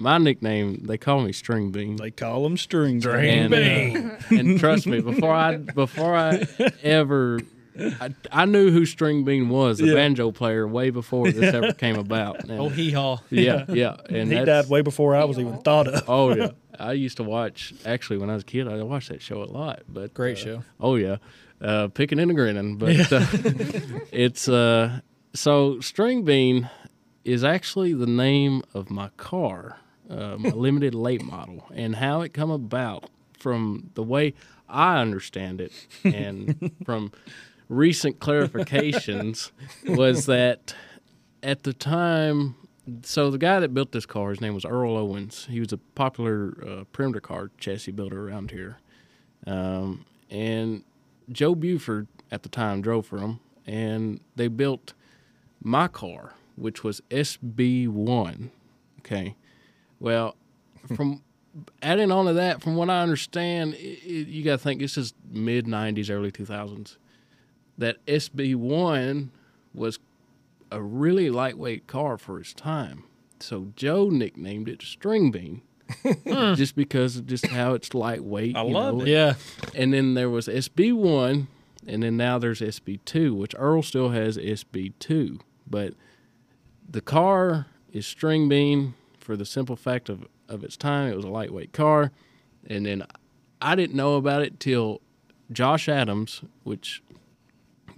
[SPEAKER 6] my nickname? They call me String Bean.
[SPEAKER 4] They call him String.
[SPEAKER 1] String
[SPEAKER 6] uh,
[SPEAKER 1] Bean.
[SPEAKER 6] and trust me, before I before I ever, I, I knew who String Bean was, a
[SPEAKER 4] Yeah.
[SPEAKER 6] banjo player, way before this ever came about. And-
[SPEAKER 2] Oh hee haw!
[SPEAKER 6] yeah, yeah, and
[SPEAKER 4] He
[SPEAKER 6] that's-
[SPEAKER 4] died way before I was even thought of.
[SPEAKER 6] Oh yeah, I used to watch. Actually, when I was a kid, I watched that show a lot. But
[SPEAKER 2] Great
[SPEAKER 6] uh,
[SPEAKER 2] show.
[SPEAKER 6] Oh yeah, uh, picking and a grinning. But uh, it's uh, so string bean is actually the name of my car, uh, my limited late model, and how it come about from the way I understand it, and from recent clarifications was that at the time, so the guy that built this car, his name was Earl Owens. He was a popular uh, perimeter car chassis builder around here. Um, and Joe Buford at the time drove for him, and they built my car, which was SB1. Okay. Well, from adding on to that, from what I understand, i i you got to think this is mid 90s, early 2000s. That SB1 was a really lightweight car for its time. So Joe nicknamed it String Bean. just because of just how it's lightweight.
[SPEAKER 1] I
[SPEAKER 6] you
[SPEAKER 1] love
[SPEAKER 6] know,
[SPEAKER 1] it.
[SPEAKER 2] Yeah,
[SPEAKER 6] and then there was SB1, and then now there's SB2, which Earl still has SB2. But the car is string bean for the simple fact of, of its time. It was a lightweight car. And then I didn't know about it till Josh Adams, which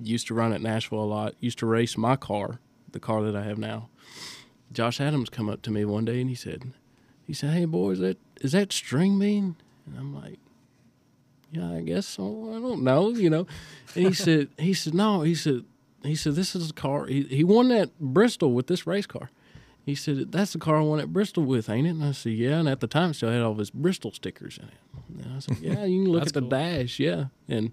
[SPEAKER 6] used to run at Nashville a lot, used to race my car, the car that I have now. Josh Adams come up to me one day and he said, he said, "Hey boy, is that is that string bean?" And I'm like, yeah, I guess so. I don't know, you know. And he said, he said, no, he said, he said, this is a car. He, he won that Bristol with this race car. He said, that's the car I won at Bristol with, ain't it? And I said, yeah. And at the time, it still had all of his Bristol stickers in it. And I said, yeah, you can look at the dash, yeah. And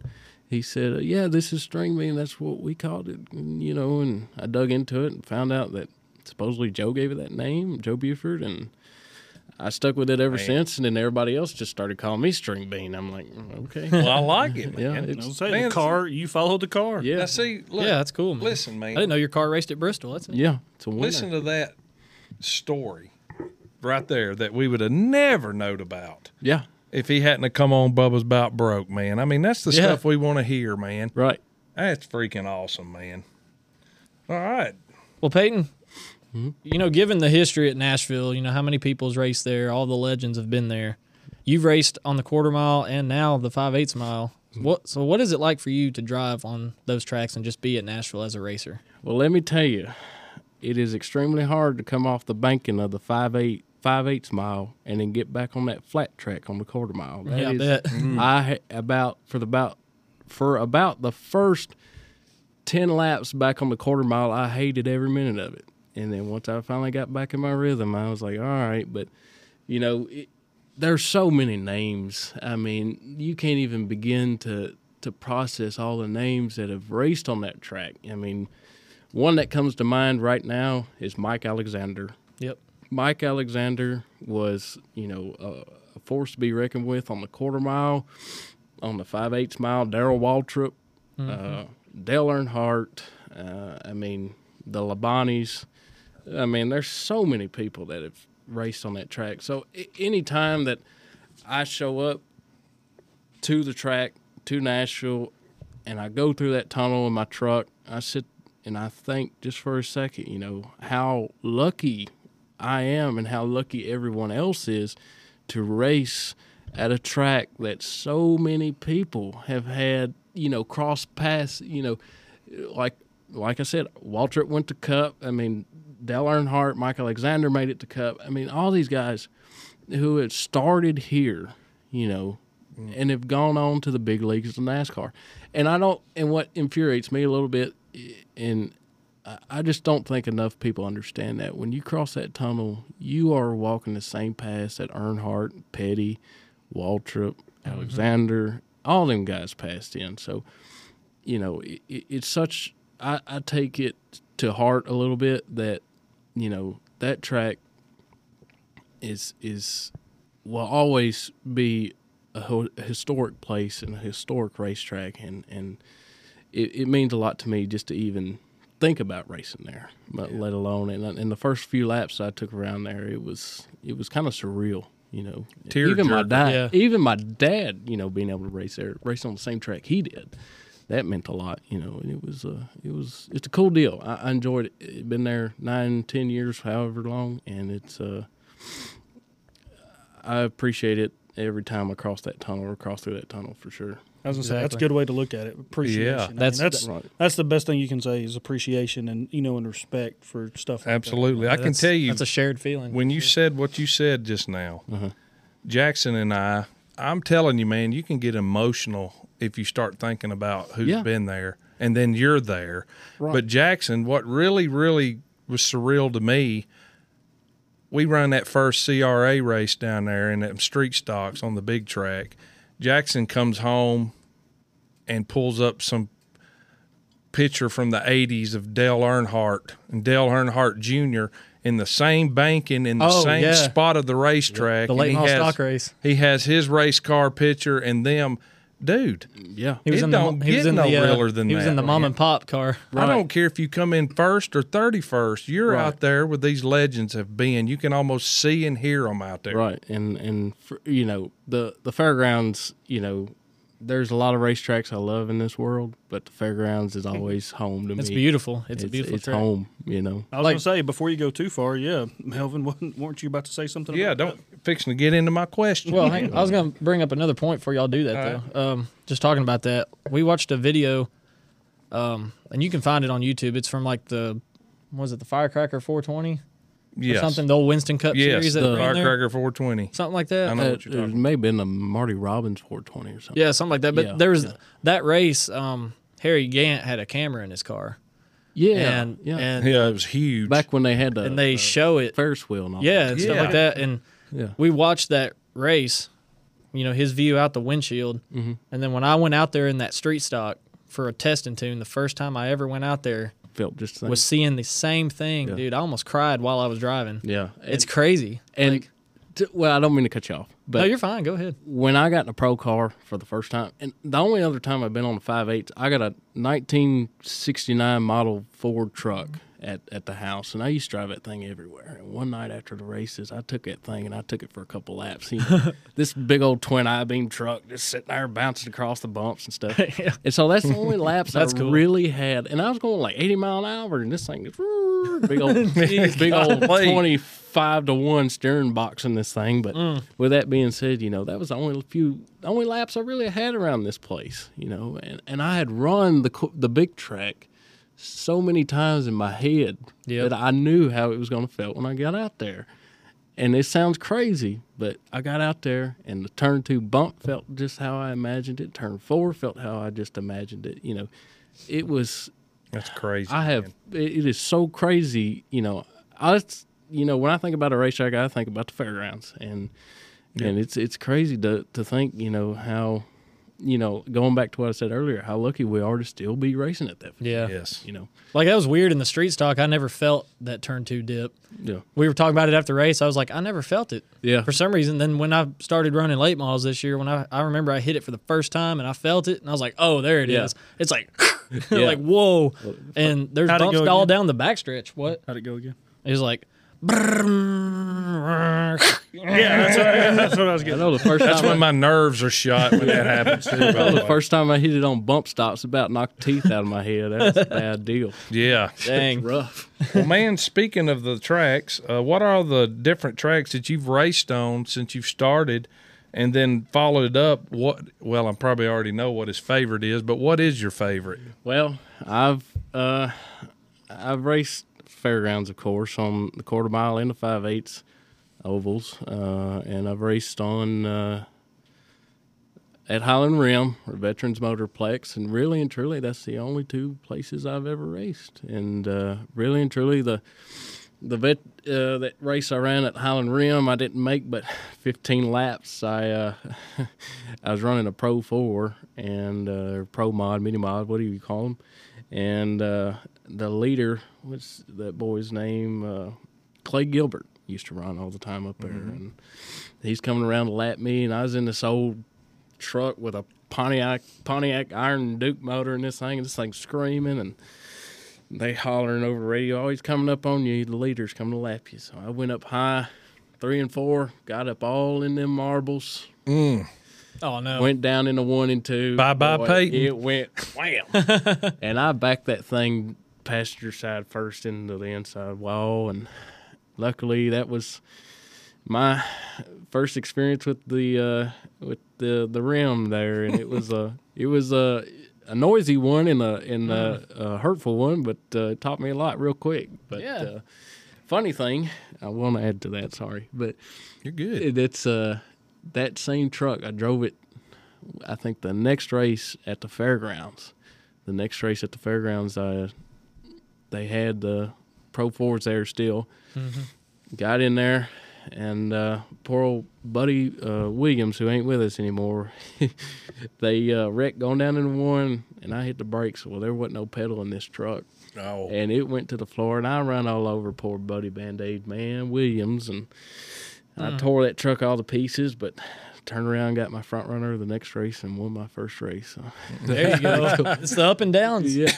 [SPEAKER 6] he said, uh, yeah, this is string bean. That's what we called it, and, you know. And I dug into it and found out that supposedly Joe gave it that name, Joe Buford, and. I stuck with it ever
[SPEAKER 1] Man.
[SPEAKER 6] since, and then everybody else just started calling me string bean. I'm like, "Mm, okay.
[SPEAKER 1] Well, I like it,
[SPEAKER 6] Yeah,
[SPEAKER 1] man.
[SPEAKER 6] it's-
[SPEAKER 4] I'll say
[SPEAKER 1] Man,
[SPEAKER 4] the car. You followed the car.
[SPEAKER 6] Yeah.
[SPEAKER 1] Now, see, look,
[SPEAKER 2] yeah, that's cool. Man.
[SPEAKER 1] listen,
[SPEAKER 2] I
[SPEAKER 1] man.
[SPEAKER 2] didn't know your car raced at Bristol. That's neat.
[SPEAKER 6] Yeah. It's a winner.
[SPEAKER 1] Listen to that story right there that we would have never known about
[SPEAKER 6] Yeah.
[SPEAKER 1] if he hadn't have come on Bubba's About Broke, man. I mean, that's the
[SPEAKER 2] Yeah.
[SPEAKER 1] stuff we want to hear, man.
[SPEAKER 6] Right.
[SPEAKER 1] That's freaking awesome, man. All right.
[SPEAKER 2] Well, Peyton, you know, given the history at Nashville, you know how many people's raced there, all the legends have been there. You've raced on the quarter mile and now the five eighths mile. What so what is it like for you to drive on those tracks and just be at Nashville as a racer?
[SPEAKER 6] Well, let me tell you, it is extremely hard to come off the banking of the five eight five eighths mile and then get back on that flat track on the quarter mile. That
[SPEAKER 2] Yeah, I
[SPEAKER 6] is-
[SPEAKER 2] bet.
[SPEAKER 6] I ha- about for the about for about the first ten laps back on the quarter mile, I hated every minute of it. And then once I finally got back in my rhythm, I was like, all right, but you know, it, there's so many names. I mean, you can't even begin to to process all the names that have raced on that track. I mean, one that comes to mind right now is Mike Alexander.
[SPEAKER 2] Yep.
[SPEAKER 6] Mike Alexander was, you know, a, a force to be reckoned with on the quarter mile, on the five eighths mile. Daryl Waltrip, uh, Dale Earnhardt. Uh, I mean, the Labanis. I mean, there's so many people that have raced on that track. So a- any time that I show up to the track to Nashville, and I go through that tunnel in my truck, I sit and I think just for a second, you know, how lucky I am and how lucky everyone else is to race at a track that so many people have had, you know, cross paths, you know, like like I said, Waltrip went to Cup. I mean, Dale Earnhardt, Mike Alexander made it to Cup. I mean, all these guys who had started here, you know, and have gone on to the big leagues of NASCAR. And I don't. And what infuriates me a little bit, i- and I- I just don't think enough people understand that when you cross that tunnel, you are walking the same paths that Earnhardt, Petty, Waltrip, Alexander, all them guys passed in. So you know, it, it, it's such. I, I take it to heart a little bit that, you know, that track is is will always be a ho- historic place and a historic racetrack, and and it, it means a lot to me just to even think about racing there, but let alone and and the first few laps I took around there, it was it was kind of surreal. You know, even my
[SPEAKER 1] Tear-jerker.
[SPEAKER 6] dad,
[SPEAKER 2] Yeah.
[SPEAKER 6] even my dad, you know, being able to race there, race on the same track he did, that meant a lot, you know. And it was, uh, it was, it's a cool deal. I, I enjoyed it. it. Been there nine, ten years, however long, and it's, uh, I appreciate it every time I cross that tunnel or cross through that tunnel for sure.
[SPEAKER 4] I was gonna say that's a
[SPEAKER 2] Exactly.
[SPEAKER 4] good way to look at it. Appreciation.
[SPEAKER 1] Yeah.
[SPEAKER 4] I mean,
[SPEAKER 2] That's-
[SPEAKER 4] that's
[SPEAKER 6] Right.
[SPEAKER 4] that's the best thing you can say is appreciation and you know and respect for stuff. Like that.
[SPEAKER 1] Absolutely. I can
[SPEAKER 2] That's-
[SPEAKER 1] tell you
[SPEAKER 2] that's a Uh-huh. shared feeling.
[SPEAKER 1] when you said what you said just now, Jackson and I, I'm telling you, man, you can get emotional if you start thinking about who's
[SPEAKER 6] Yeah.
[SPEAKER 1] been there and then you're there. But Jackson, what really, really was surreal to me, we run that first CRA race down there in them street stocks on the big track. Jackson comes home and pulls up some picture from the 80s of Dale Earnhardt and Dale Earnhardt Jr. in the same banking in the
[SPEAKER 2] Oh,
[SPEAKER 1] same
[SPEAKER 2] yeah.
[SPEAKER 1] spot of the racetrack.
[SPEAKER 2] the
[SPEAKER 1] and
[SPEAKER 2] late
[SPEAKER 1] he
[SPEAKER 2] model
[SPEAKER 1] has-
[SPEAKER 2] stock race.
[SPEAKER 1] He has his race car picture and them. Dude,
[SPEAKER 6] Yeah,
[SPEAKER 2] He was
[SPEAKER 1] It
[SPEAKER 2] in the
[SPEAKER 1] don't
[SPEAKER 2] he was
[SPEAKER 1] get
[SPEAKER 2] in the
[SPEAKER 1] no
[SPEAKER 2] uh,
[SPEAKER 1] realer than
[SPEAKER 2] he was
[SPEAKER 1] that,
[SPEAKER 2] in the mom and pop car.
[SPEAKER 1] I don't care if you come in first or 31st. You're out there where these legends have been. You can almost see and hear them out there.
[SPEAKER 6] right. And and for, you know the the fairgrounds, you know. There's a lot of racetracks I love in this world, but the fairgrounds is always home to me.
[SPEAKER 2] It's beautiful. It's, a beautiful
[SPEAKER 6] It's
[SPEAKER 2] track.
[SPEAKER 6] home, you know.
[SPEAKER 4] I was
[SPEAKER 2] Like-
[SPEAKER 4] gonna say before you go too far, yeah, Melvin, wasn't- weren't you about to say something?
[SPEAKER 1] Yeah,
[SPEAKER 4] about
[SPEAKER 1] don't fixing to get into my question.
[SPEAKER 2] Well, hang, I was going to bring up another point before y'all do that though. Um, just talking about that, we watched a video, um, and you can find it on YouTube. It's from like the what was it the Firecracker 420 or
[SPEAKER 1] yes.
[SPEAKER 2] something? The old Winston Cup
[SPEAKER 1] Yes,
[SPEAKER 2] series that
[SPEAKER 1] the
[SPEAKER 2] ran there?
[SPEAKER 1] Firecracker 420.
[SPEAKER 2] something like
[SPEAKER 1] I
[SPEAKER 2] that.
[SPEAKER 1] know what you're
[SPEAKER 6] Uh, it
[SPEAKER 1] talking
[SPEAKER 6] may have been a Marty Robbins 420 or something.
[SPEAKER 2] Yeah, something like that. But
[SPEAKER 6] Yeah,
[SPEAKER 2] there was
[SPEAKER 6] yeah.
[SPEAKER 2] that race. Um, Harry Gant had a camera in his car,
[SPEAKER 6] yeah,
[SPEAKER 2] and
[SPEAKER 6] yeah.
[SPEAKER 2] and
[SPEAKER 1] Yeah, it was huge.
[SPEAKER 6] Back when they had the
[SPEAKER 2] and they
[SPEAKER 6] the
[SPEAKER 2] show it.
[SPEAKER 6] Ferris wheel and all.
[SPEAKER 2] Yeah,
[SPEAKER 6] that.
[SPEAKER 2] and stuff like
[SPEAKER 1] Yeah.
[SPEAKER 2] that. And
[SPEAKER 6] yeah.
[SPEAKER 2] we watched that race, you know, his view out the windshield. Mm-hmm. And then when I went out there in that street stock for a testing tune, the first time I ever went out there
[SPEAKER 6] Felt just the same.
[SPEAKER 2] was seeing the same thing,
[SPEAKER 6] Yeah.
[SPEAKER 2] dude. I almost cried while I was driving.
[SPEAKER 6] yeah.
[SPEAKER 2] It's crazy.
[SPEAKER 6] and
[SPEAKER 2] like,
[SPEAKER 6] t- well, I don't mean to cut you off, but
[SPEAKER 2] no, you're fine. Go ahead.
[SPEAKER 6] when I got in a pro car for the first time, and the only other time I've been on a 5.8, I got a 1969 model Ford truck at, at the house, and I used to drive that thing everywhere. And one night after the races, I took that thing and I took it for a couple laps. You know, this big old twin I beam truck just sitting there bouncing across the bumps and stuff. And so that's the only laps
[SPEAKER 2] That's
[SPEAKER 6] I
[SPEAKER 2] cool.
[SPEAKER 6] really had. And I was going like 80 mile an hour, and this thing just big old, big old
[SPEAKER 1] Golly.
[SPEAKER 6] 20 five to one steering box in this thing. But
[SPEAKER 2] Mm.
[SPEAKER 6] with that being said, you know that was the only few, the only laps I really had around this place. You know, and and I had run the co- the big track so many times in my head
[SPEAKER 2] Yep.
[SPEAKER 6] that I knew how it was going to feel when I got out there. And it sounds crazy, but I got out there and the turn two bump felt just how I imagined it. Turn four felt how I just imagined it. You know, it was
[SPEAKER 1] That's crazy.
[SPEAKER 6] I have. It it is so crazy. You know, I s- you know when I think about a racetrack, I think about the fairgrounds, and and it's it's crazy to to think you know how you know going back to what I said earlier, how lucky we are to still be racing at that.
[SPEAKER 2] Yeah.
[SPEAKER 1] Yes.
[SPEAKER 6] You know.
[SPEAKER 2] Like that was weird in the street stock. I never felt that turn two dip.
[SPEAKER 6] Yeah.
[SPEAKER 2] We were talking about it after the race. I was like, I never felt it.
[SPEAKER 6] Yeah.
[SPEAKER 2] For some reason, then when I started running late miles this year, when I, I remember I hit it for the first time and I felt it, and I was like, oh, there it is.
[SPEAKER 6] Yeah.
[SPEAKER 2] It's like, like whoa, and there's
[SPEAKER 4] How'd it
[SPEAKER 2] bumps
[SPEAKER 4] go
[SPEAKER 2] all
[SPEAKER 4] again?
[SPEAKER 2] down the backstretch. What?
[SPEAKER 4] How'd it go again?
[SPEAKER 2] It was like,
[SPEAKER 4] Yeah, that's, that's what I was
[SPEAKER 6] I
[SPEAKER 4] getting.
[SPEAKER 6] know the first
[SPEAKER 1] That's when
[SPEAKER 6] time.
[SPEAKER 1] my nerves are shot when that happens. Too, by
[SPEAKER 6] I,
[SPEAKER 1] the
[SPEAKER 6] the
[SPEAKER 1] way.
[SPEAKER 6] first time I hit it on bump stops, about knocked teeth out of my head. That was a bad deal.
[SPEAKER 1] Yeah.
[SPEAKER 2] dang,
[SPEAKER 6] Rough.
[SPEAKER 1] Well, man, speaking of the tracks, uh, what are the different tracks that you've raced on since you've started and then followed up? What, well, I probably already know what his favorite is, but what is your favorite?
[SPEAKER 6] Well, I've uh, I've raced fairgrounds, of course, on the quarter mile and the five eighths ovals, uh, and I've raced on uh, at Highland Rim or Veterans Motorplex, and really and truly, that's the only two places I've ever raced. And uh, really and truly, the the vet uh, that race I ran at Highland Rim, I didn't make but 15 laps. I uh, I was running a Pro Four and uh, Pro Mod, Mini Mod, what do you call them? And uh, the leader, what's that boy's name? Uh, Clay Gilbert used to run all the time up there, and he's coming around to lap me, and I was in this old truck with a Pontiac Pontiac Iron Duke motor and this thing, and this thing screaming and they hollering over the radio, always coming up on you. The leader's coming to lap you. So I went up high, three and four, got up all in them marbles,
[SPEAKER 2] Oh no.
[SPEAKER 6] went down in the one and two.
[SPEAKER 1] Bye-bye,
[SPEAKER 6] Boy,
[SPEAKER 1] Peyton.
[SPEAKER 6] It went wham, and I backed that thing passenger side first into the inside wall, and luckily that was my first experience with the uh, with the the rim there, and it was a it was a a noisy one and a and a,
[SPEAKER 1] Uh-huh.
[SPEAKER 6] a hurtful one, but uh, it taught me a lot real quick. But
[SPEAKER 2] Yeah.
[SPEAKER 6] uh, funny thing, I want to add to that. Sorry, but
[SPEAKER 1] You're good.
[SPEAKER 6] it- It's uh that same truck. I drove it. I think the next race at the fairgrounds. The next race at the fairgrounds, I they had the Pro Fours there still. Got in there, and uh, poor old buddy uh, Williams, who ain't with us anymore, they uh, wrecked going down in one, and I hit the brakes. Well, there wasn't no pedal in this truck,
[SPEAKER 1] oh,
[SPEAKER 6] and it went to the floor, and I run all over poor buddy Band Aid man Williams, and I tore that truck all to pieces, but turned around, got my front runner the next race, and won my first race. So,
[SPEAKER 2] there you go. it's the up and downs.
[SPEAKER 6] yeah,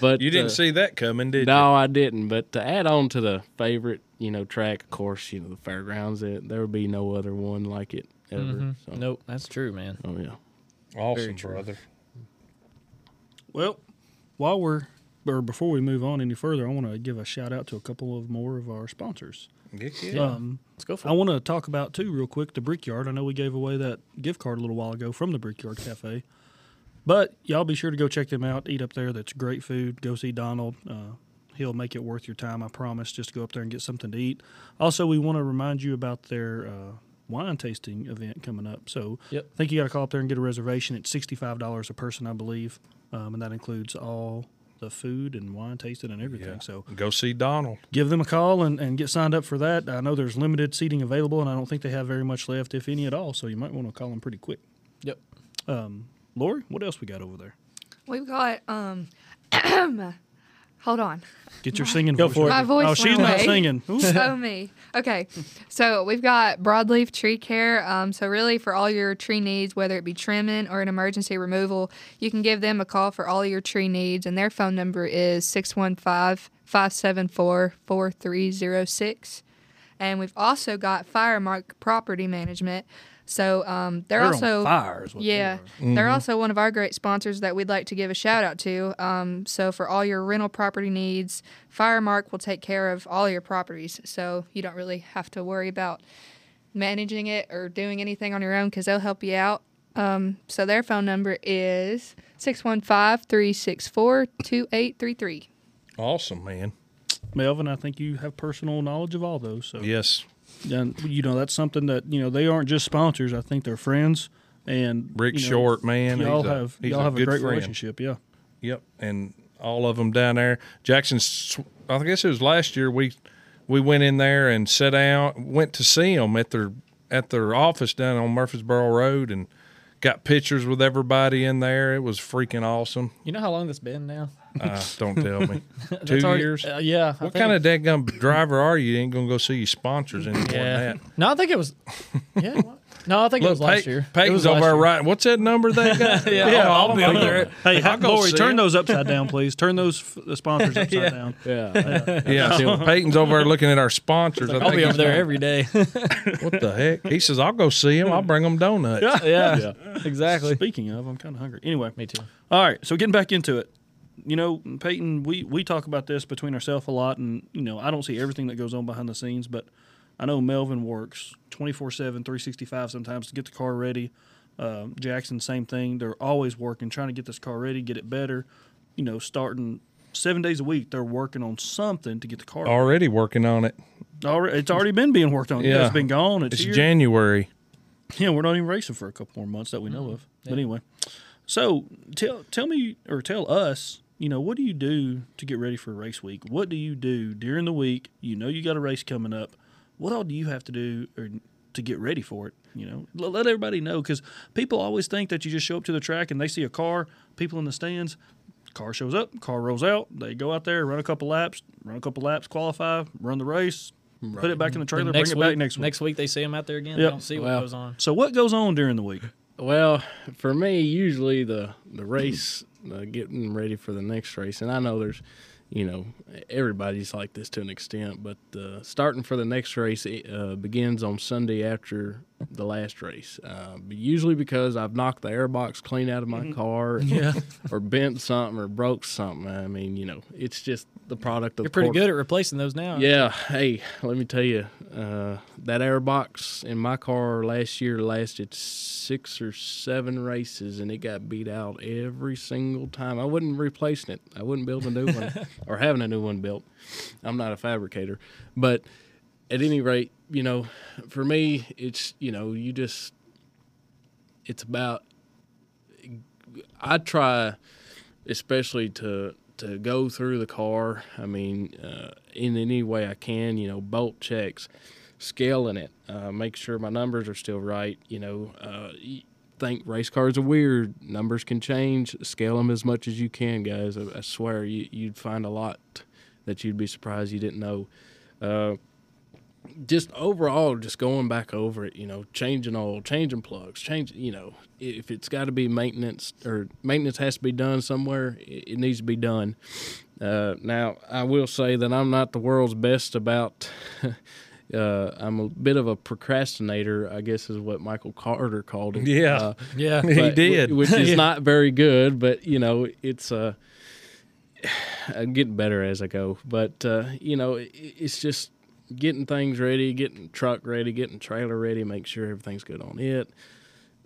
[SPEAKER 6] but
[SPEAKER 1] you didn't
[SPEAKER 6] uh,
[SPEAKER 1] see that coming, did you?
[SPEAKER 6] no, I didn't. But to add on to the favorite, you know, track, of course, you know, the fairgrounds. It, there would be no other one like it ever.
[SPEAKER 1] Mm-hmm.
[SPEAKER 6] So,
[SPEAKER 2] Nope, that's true, man.
[SPEAKER 6] Oh yeah.
[SPEAKER 1] Awesome, brother.
[SPEAKER 4] Well, while we're or before we move on any further, I want to give a shout out to a couple of more of our sponsors.
[SPEAKER 1] Heck yeah.
[SPEAKER 4] Um,
[SPEAKER 2] Let's go for
[SPEAKER 4] I
[SPEAKER 2] it.
[SPEAKER 4] want to talk about too real quick the Brickyard. I know we gave away that gift card a little while ago from the Brickyard Cafe, but y'all be sure to go check them out. Eat up there. That's great food. Go see Donald. Uh, he'll make it worth your time. I promise. Just go up there and get something to eat. Also, we want to remind you about their. Uh, Wine tasting event coming up. So
[SPEAKER 2] Yep.
[SPEAKER 4] I think you got to call up there and get a reservation. It's $65 a person, I believe. Um, and that includes all the food and wine tasting and everything.
[SPEAKER 1] Yeah.
[SPEAKER 4] So
[SPEAKER 1] Go see Donald.
[SPEAKER 4] give them a call and, and get signed up for that. I know there's limited seating available, and I don't think they have very much left, if any at all. So you might want to call them pretty quick.
[SPEAKER 2] Yep.
[SPEAKER 4] Um, Lori, what else we got over there?
[SPEAKER 5] We've got um, hold on.
[SPEAKER 4] Get your singing
[SPEAKER 2] Go
[SPEAKER 4] voice
[SPEAKER 2] for it.
[SPEAKER 4] ready.
[SPEAKER 5] My voice
[SPEAKER 4] Oh,
[SPEAKER 5] went
[SPEAKER 4] she's not
[SPEAKER 5] away.
[SPEAKER 4] singing. Ooh.
[SPEAKER 5] oh me. Okay, so we've got broadleaf tree care. Um, so really, for all your tree needs, whether it be trimming or an emergency removal, you can give them a call for all your tree needs, and their phone number is 615-574-4306. And we've also got Firemark Property Management. So um, they're,
[SPEAKER 4] They're on
[SPEAKER 5] also
[SPEAKER 4] fire is what they
[SPEAKER 5] yeah,
[SPEAKER 4] are.
[SPEAKER 5] they're also one of our great sponsors that we'd like to give a shout out to. Um, so for all your rental property needs, Firemark will take care of all your properties, so you don't really have to worry about managing it or doing anything on your own because they'll help you out. Um, so their phone number is 615-364-2833.
[SPEAKER 1] Awesome, man.
[SPEAKER 4] Melvin, I think you have personal knowledge of all those. So
[SPEAKER 1] Yes.
[SPEAKER 4] and, you know that's something that you know they aren't just sponsors. I think they're friends. And
[SPEAKER 1] Rick
[SPEAKER 4] you know,
[SPEAKER 1] Short, man.
[SPEAKER 4] y'all
[SPEAKER 1] he's a-
[SPEAKER 4] have
[SPEAKER 1] he's
[SPEAKER 4] y'all have a
[SPEAKER 1] good
[SPEAKER 4] great
[SPEAKER 1] friend.
[SPEAKER 4] relationship. Yeah.
[SPEAKER 1] Yep, and all of them down there. Jackson, sw- I guess it was last year we we went in there and sat down, went to see them at their at their office down on Murfreesboro Road, and got pictures with everybody in there. It was freaking awesome.
[SPEAKER 2] You know how long that's been now?
[SPEAKER 1] Uh, don't tell me, two
[SPEAKER 2] That's already-
[SPEAKER 1] years.
[SPEAKER 2] Uh, yeah. I
[SPEAKER 1] what
[SPEAKER 2] think-
[SPEAKER 1] kind of dadgum driver are you? that Ain't gonna go see your sponsors anymore
[SPEAKER 2] Yeah.
[SPEAKER 1] than that.
[SPEAKER 2] No, I think it was. Yeah. what? No, I think it was last
[SPEAKER 1] Pey-
[SPEAKER 2] year. It
[SPEAKER 1] Peyton's
[SPEAKER 2] was
[SPEAKER 1] over
[SPEAKER 2] last
[SPEAKER 1] there
[SPEAKER 2] year.
[SPEAKER 1] writing. What's that number they got?
[SPEAKER 2] Yeah, I'll- I'll be over there.
[SPEAKER 4] Hey,
[SPEAKER 1] I'll go
[SPEAKER 4] Lori,
[SPEAKER 1] see
[SPEAKER 4] turn
[SPEAKER 1] him.
[SPEAKER 4] those upside down, please. Turn those f- the sponsors upside down.
[SPEAKER 6] Yeah.
[SPEAKER 1] Yeah, so Peyton's over there looking at our sponsors. I
[SPEAKER 2] I'll
[SPEAKER 1] think
[SPEAKER 2] be over
[SPEAKER 1] he's
[SPEAKER 2] there
[SPEAKER 1] gonna-
[SPEAKER 2] every day.
[SPEAKER 1] What the heck? He says, I'll go see him. I'll bring him donuts.
[SPEAKER 2] yeah, Exactly.
[SPEAKER 4] Speaking of, I'm kind of hungry. Anyway,
[SPEAKER 2] Me too.
[SPEAKER 4] All right, so getting back into it, you know, Peyton, we we talk about this between ourselves a lot, and you know, I don't see everything that goes on behind the scenes, but I know Melvin works 24/7, 365 sometimes to get the car ready. Um, Jackson, same thing. They're always working, trying to get this car ready, get it better. You know, starting seven days a week, they're working on something to get the car.
[SPEAKER 1] Already working on it.
[SPEAKER 4] Alre- it's already been being worked on. Yeah,
[SPEAKER 1] Yeah.
[SPEAKER 4] it's been gone. It's,
[SPEAKER 1] It's
[SPEAKER 4] here.
[SPEAKER 1] January.
[SPEAKER 4] Yeah, we're not even racing for a couple more months that we know of. But anyway, so tell tell me or tell us, you know, what do you do to get ready for race week? What do you do during the week? You know, you got a race coming up. What all do you have to do or to get ready for it? You know, L- let everybody know because people always think that you just show up to the track and they see a car, people in the stands. Car shows up, car rolls out. They go out there, run a couple laps, run a couple laps, qualify, run the race, put it back in the
[SPEAKER 2] Then
[SPEAKER 4] trailer, bring it
[SPEAKER 2] week,
[SPEAKER 4] back next week.
[SPEAKER 2] Next week they see him out there again. They
[SPEAKER 4] Yep.
[SPEAKER 2] don't see
[SPEAKER 6] Wow.
[SPEAKER 2] what goes on.
[SPEAKER 4] So, what goes on during the week?
[SPEAKER 6] Well, for me, usually the the race, uh, getting ready for the next race, and I know there's, you know, everybody's like this to an extent, but uh, starting for the next race it, uh, begins on Sunday after the last race. Uh, but usually because I've knocked the airbox clean out of my car, yeah. or bent something, or broke something. I mean, you know, it's just the product of
[SPEAKER 2] You're pretty
[SPEAKER 6] poor-
[SPEAKER 2] good at replacing those now.
[SPEAKER 6] yeah. Hey, let me tell you, uh, that air box in my car last year lasted six or seven races, and it got beat out every single time. I wasn't replacing it. I wouldn't build a new one or having a new one built. I'm not a fabricator, but at any rate, you know, for me, it's you know, you just it's about I try especially to to go through the car. I mean, uh, in any way I can, you know, bolt checks, scaling it, uh, make sure my numbers are still right. You know, uh, y- think race cars are weird. Numbers can change. Scale them as much as you can, guys. I, I swear, you, you'd find a lot that you'd be surprised you didn't know. Uh, just overall, just going back over it, you know, changing oil, changing plugs, change, you know, if it's got to be maintenance or maintenance has to be done somewhere, it, it needs to be done. Uh, now, I will say that I'm not the world's best about. Uh, I'm a bit of a procrastinator, I guess, is what Michael Carter called it.
[SPEAKER 1] Yeah.
[SPEAKER 6] Uh,
[SPEAKER 2] Yeah.
[SPEAKER 1] He
[SPEAKER 6] but-
[SPEAKER 1] did.
[SPEAKER 6] wh- which is not very good. But you know, it's uh, I'm getting better as I go. But uh, you know, i it's just getting things ready, getting truck ready, getting trailer ready, make sure everything's good on it.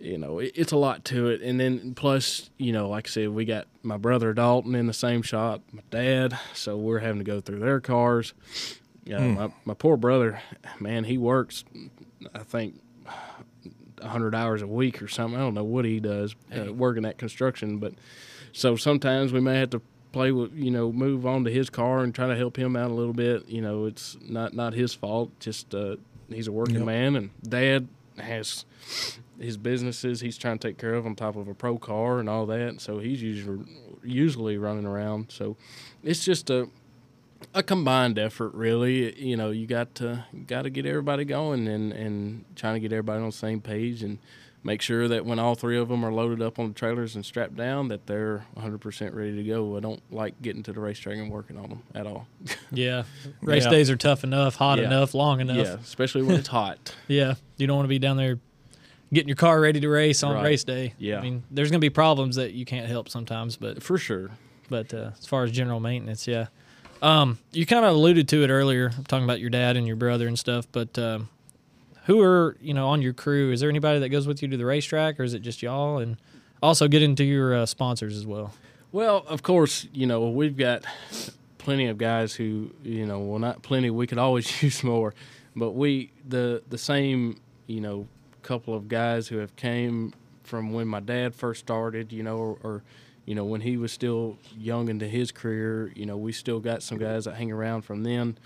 [SPEAKER 6] You know, it, it's a lot to it, and then plus, you know, like I said, we got my brother Dalton in the same shop, my dad, so we're having to go through their cars. Yeah,
[SPEAKER 1] Hmm.
[SPEAKER 6] my, my poor brother, man, he works. I think 100 hours a week or something. I don't know what he does uh, working at construction, but so sometimes we may have to play with you know move on to his car and try to help him out a little bit. You know, it's not not his fault. Just uh, he's a working man, and dad has his businesses he's trying to take care of on top of a pro car and all that. So he's usually usually running around. So it's just a a combined effort, really. You know, you got to got to get everybody going and and trying to get everybody on the same page and make sure that when all three of them are loaded up on the trailers and strapped down, that they're 100% ready to go. I don't like getting to the racetrack and working on them at all.
[SPEAKER 2] Yeah. Race
[SPEAKER 1] Yeah.
[SPEAKER 2] days are tough enough, hot
[SPEAKER 6] Yeah.
[SPEAKER 2] enough, long enough.
[SPEAKER 6] Yeah, especially when it's hot.
[SPEAKER 2] Yeah, you don't want to be down there getting your car ready to race on
[SPEAKER 6] Right.
[SPEAKER 2] race day.
[SPEAKER 6] Yeah.
[SPEAKER 2] I mean, there's going to be problems that you can't help sometimes, but
[SPEAKER 6] For sure.
[SPEAKER 2] but uh, as far as general maintenance, yeah. Um, you kind of alluded to it earlier. I'm talking about your dad and your brother and stuff, but um, who are you know on your crew? Is there anybody that goes with you to the racetrack, or is it just y'all? And also get into your uh, sponsors as well.
[SPEAKER 6] Well, of course, you know, we've got plenty of guys who, you know, well, not plenty, we could always use more, but we, the, the same, you know, couple of guys who have came from when my dad first started, you know, or, or you know, when he was still young into his career, you know, we still got some guys that hang around from then.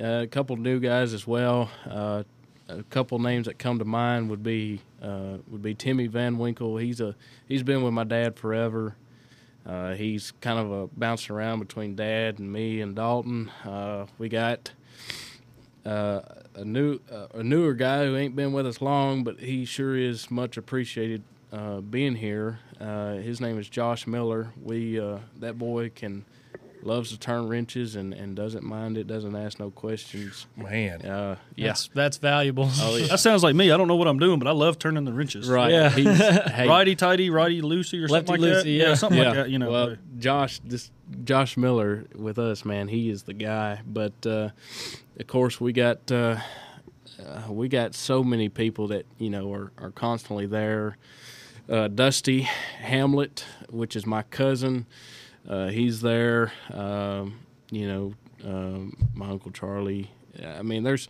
[SPEAKER 6] Uh, a couple new guys as well. Uh, a couple names that come to mind would be uh, would be Timmy Van Winkle. He's a he's been with my dad forever. Uh, he's kind of a bouncing around between Dad and me and Dalton. Uh, we got uh, a new uh, a newer guy who ain't been with us long, but he sure is much appreciated uh, being here. Uh, his name is Josh Miller. We uh, that boy can loves to turn wrenches and, and doesn't mind it. Doesn't ask no questions.
[SPEAKER 1] Man,
[SPEAKER 6] Uh, yeah.
[SPEAKER 2] That's, that's valuable.
[SPEAKER 6] Oh yeah.
[SPEAKER 4] That sounds like me. I don't know what I'm doing, but I love turning the wrenches.
[SPEAKER 6] Right.
[SPEAKER 2] Yeah.
[SPEAKER 6] He's, hey,
[SPEAKER 4] Righty tighty, righty loosey, or something
[SPEAKER 2] Lefty
[SPEAKER 4] like that.
[SPEAKER 2] loosey, yeah.
[SPEAKER 4] something like that. You know.
[SPEAKER 6] Well, Josh, this Josh Miller with us, man, he is the guy. But uh, of course, we got uh, uh, we got so many people that you know are are constantly there. Uh, Dusty Hamlet, which is my cousin, uh, he's there. Um, you know, um, my uncle Charlie. I mean, there's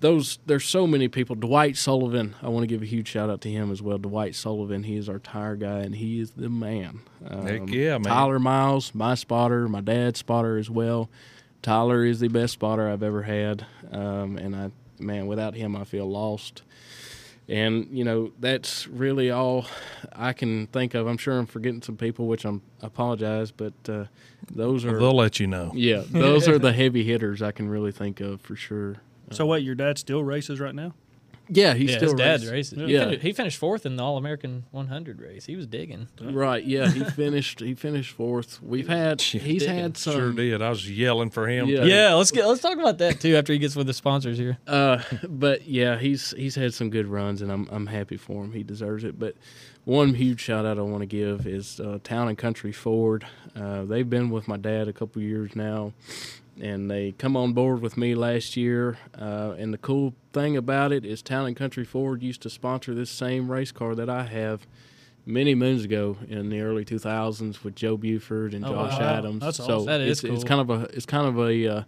[SPEAKER 6] those there's so many people. Dwight Sullivan, I want to give a huge shout out to him as well. Dwight Sullivan, he is our tire guy and he is the man. Um,
[SPEAKER 1] Heck yeah, man.
[SPEAKER 6] Tyler Miles, my spotter, my dad's spotter as well. Tyler is the best spotter I've ever had, um, and I man, without him I feel lost. And you know that's really all I can think of. I'm sure I'm forgetting some people, which I'm I apologize, but uh, those are
[SPEAKER 1] They'll let you know.
[SPEAKER 6] yeah, those are the heavy hitters I can really think of for sure.
[SPEAKER 4] So wait, your dad still races right now?
[SPEAKER 6] Yeah, he's
[SPEAKER 2] yeah,
[SPEAKER 6] still
[SPEAKER 2] his dad's
[SPEAKER 6] race-
[SPEAKER 2] racing. He,
[SPEAKER 6] Yeah.
[SPEAKER 2] finished, he finished fourth in the All American 100 race. He was digging.
[SPEAKER 6] Right, yeah, he finished. He finished fourth. We've had he's had some.
[SPEAKER 1] Sure did. I was yelling for him.
[SPEAKER 6] Yeah.
[SPEAKER 2] Yeah, let's get let's talk about that too after he gets with the sponsors here.
[SPEAKER 6] Uh, but yeah, he's he's had some good runs, and I'm I'm happy for him. He deserves it. But one huge shout out I want to give is uh, Town and Country Ford. Uh, they've been with my dad a couple years now, and they come on board with me last year. Uh, and the cool thing about it is Town and Country Ford used to sponsor this same race car that I have. Many moons ago, in the early 2000s, with Joe Buford and
[SPEAKER 2] Oh,
[SPEAKER 6] Josh
[SPEAKER 2] wow.
[SPEAKER 6] Adams,
[SPEAKER 4] That's
[SPEAKER 6] so
[SPEAKER 4] awesome.
[SPEAKER 2] That is
[SPEAKER 6] it's, it's
[SPEAKER 2] cool.
[SPEAKER 6] kind of a it's kind of a uh,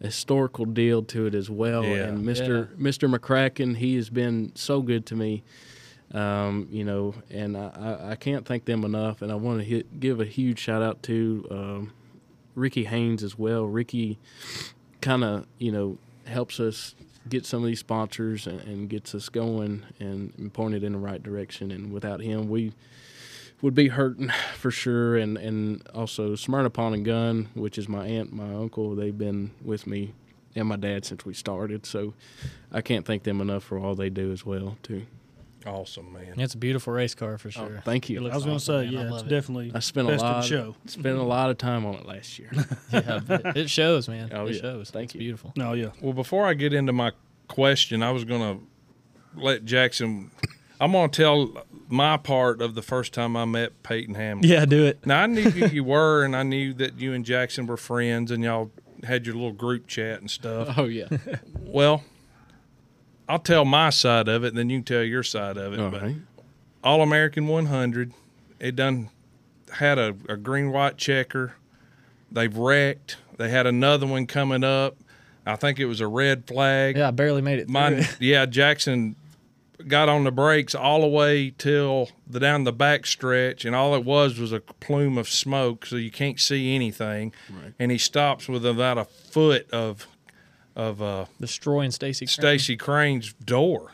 [SPEAKER 6] historical deal to it as well.
[SPEAKER 1] Yeah.
[SPEAKER 6] And Mr. Mr. McCracken, he has been so good to me. Um, you know, and I, I, I can't thank them enough. And I want to hit, give a huge shout out to um, Ricky Haynes as well. Ricky kind of you know helps us get some of these sponsors and, and gets us going and, and pointed in the right direction. And without him, we would be hurting for sure. And and also Smyrna Pond and Gun, which is my aunt, my uncle, they've been with me and my dad since we started. So I can't thank them enough for all they do as well too.
[SPEAKER 1] Awesome, man.
[SPEAKER 2] It's a beautiful race car for sure.
[SPEAKER 6] Oh, Thank you.
[SPEAKER 2] It looks
[SPEAKER 4] I was going to
[SPEAKER 2] awesome,
[SPEAKER 4] say,
[SPEAKER 2] man. I
[SPEAKER 4] yeah,
[SPEAKER 2] love
[SPEAKER 4] it's
[SPEAKER 2] it.
[SPEAKER 4] definitely
[SPEAKER 6] I spent
[SPEAKER 4] best
[SPEAKER 6] a lot
[SPEAKER 4] in show.
[SPEAKER 6] spent a lot of time on it last year.
[SPEAKER 2] Yeah, but it shows, man.
[SPEAKER 6] Oh,
[SPEAKER 2] it
[SPEAKER 6] yeah.
[SPEAKER 2] shows.
[SPEAKER 6] Thank
[SPEAKER 2] it's
[SPEAKER 6] you.
[SPEAKER 2] beautiful.
[SPEAKER 4] No, yeah.
[SPEAKER 1] Well, before I get into my question, I was going to let Jackson. I'm going to tell my part of the first time I met Peyton Hamlin.
[SPEAKER 2] Yeah, do it.
[SPEAKER 1] Now I knew you, you were, and I knew that you and Jackson were friends, and y'all had your little group chat and stuff.
[SPEAKER 6] oh yeah.
[SPEAKER 1] Well, I'll tell my side of it, and then you can tell your side of it.
[SPEAKER 6] All
[SPEAKER 1] but
[SPEAKER 6] right.
[SPEAKER 1] All American 100, it done had a, a green white checker. They've wrecked. They had another one coming up. I think it was a red flag.
[SPEAKER 2] Yeah, I barely made it. through
[SPEAKER 1] Mine,
[SPEAKER 2] it.
[SPEAKER 1] yeah, Jackson got on the brakes all the way till the down the back stretch, and all it was was a plume of smoke, so you can't see anything. Right. And he stops with about a foot of of uh,
[SPEAKER 2] destroying Stacy. Crane.
[SPEAKER 1] Stacy Crane's door,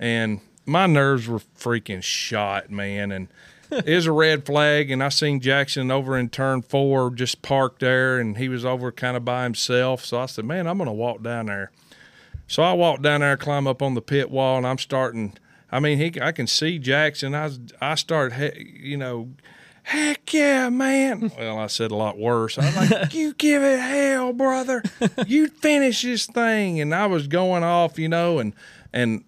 [SPEAKER 1] and my nerves were freaking shot, man. And it was a red flag, and I seen Jackson over in turn four, just parked there, and he was over kind of by himself. So I said, "Man, I'm gonna walk down there." So I walked down there, climb up on the pit wall, and I'm starting. I mean, he, I can see Jackson. I, I start, he- you know, heck yeah, man. Well, I said a lot worse. I'm like, you give it hell, brother. You finish this thing, and I was going off, you know, and and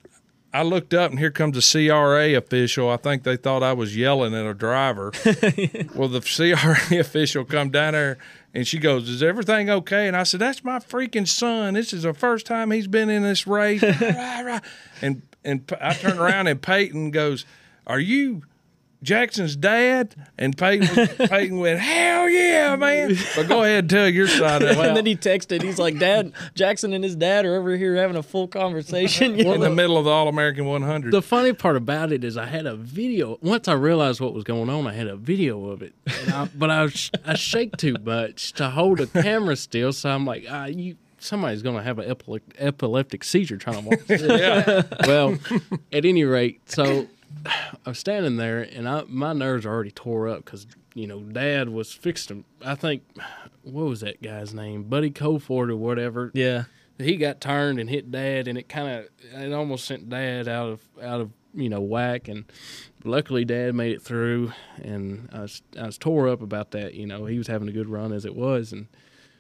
[SPEAKER 1] I looked up, and here comes a CRA official. I think they thought I was yelling at a driver. well, the CRA official come down there and she goes, "Is everything okay?" And I said, "That's my freaking son. This is the first time he's been in this race." Rah, rah. and and I turn around and Peyton goes, "Are you?" Jackson's dad and Peyton, Peyton went, Hell yeah, man. But go ahead and tell your side of it.
[SPEAKER 2] and then he texted. He's like, "Dad, Jackson and his dad are over here having a full conversation." You
[SPEAKER 1] in the
[SPEAKER 2] know?
[SPEAKER 1] middle of the All American 100.
[SPEAKER 6] The funny part about it is I had a video. Once I realized what was going on, I had a video of it. And I, but I, sh- I shake too much to hold a camera still, so I'm like, ah, you somebody's gonna have an epile- epileptic seizure trying to watch this. Well, at any rate, so I'm standing there, and I my nerves are already tore up because you know Dad was fixing. I think what was that guy's name, Buddy Coford or whatever
[SPEAKER 2] yeah,
[SPEAKER 6] he got turned and hit dad and it kind of it almost sent dad out of out of you know whack and luckily dad made it through and I was, I was tore up about that you know he was having a good run as it was and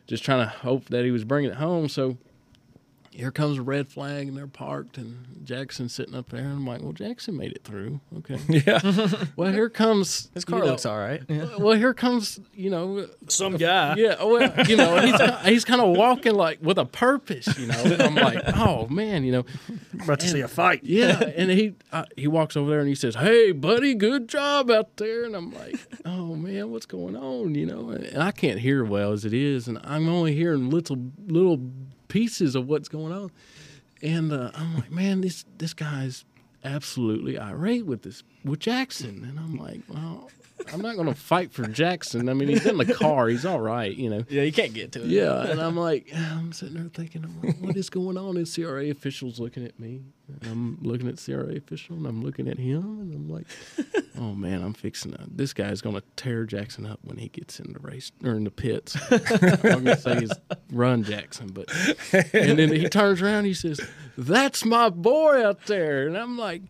[SPEAKER 6] just trying to hope that he was bringing it home so here comes a red flag and they're parked and Jackson's sitting up there and I'm like well Jackson made it through okay
[SPEAKER 1] yeah.
[SPEAKER 6] well here comes
[SPEAKER 2] his car
[SPEAKER 6] you know,
[SPEAKER 2] looks all right.
[SPEAKER 6] well here comes you know
[SPEAKER 4] Some guy.
[SPEAKER 6] yeah, oh, well, you know, he's he's kind of walking like with a purpose, you know. And I'm like, oh man, you know,
[SPEAKER 4] About to see a fight.
[SPEAKER 6] yeah. And he uh, he walks over there and he says, hey buddy, good job out there. And I'm like, oh man, what's going on, you know? And, and I can't hear well as it is, and I'm only hearing little little pieces of what's going on. And uh, I'm like, man, this this guy's absolutely irate with this with Jackson. And I'm like, well, I'm not gonna fight for Jackson. I mean, he's in the car. He's all right, you know.
[SPEAKER 2] Yeah, you can't get to it.
[SPEAKER 6] Yeah, and I'm like, I'm sitting there thinking, I'm like, what is going on? And CRA officials looking at me. And I'm looking at CRA official, and I'm looking at him, and I'm like, oh man, I'm fixing to This guy's gonna tear Jackson up when he gets in the race or in the pits. I'm gonna say is run Jackson, but and then he turns around, he says, "That's my boy out there," and I'm like,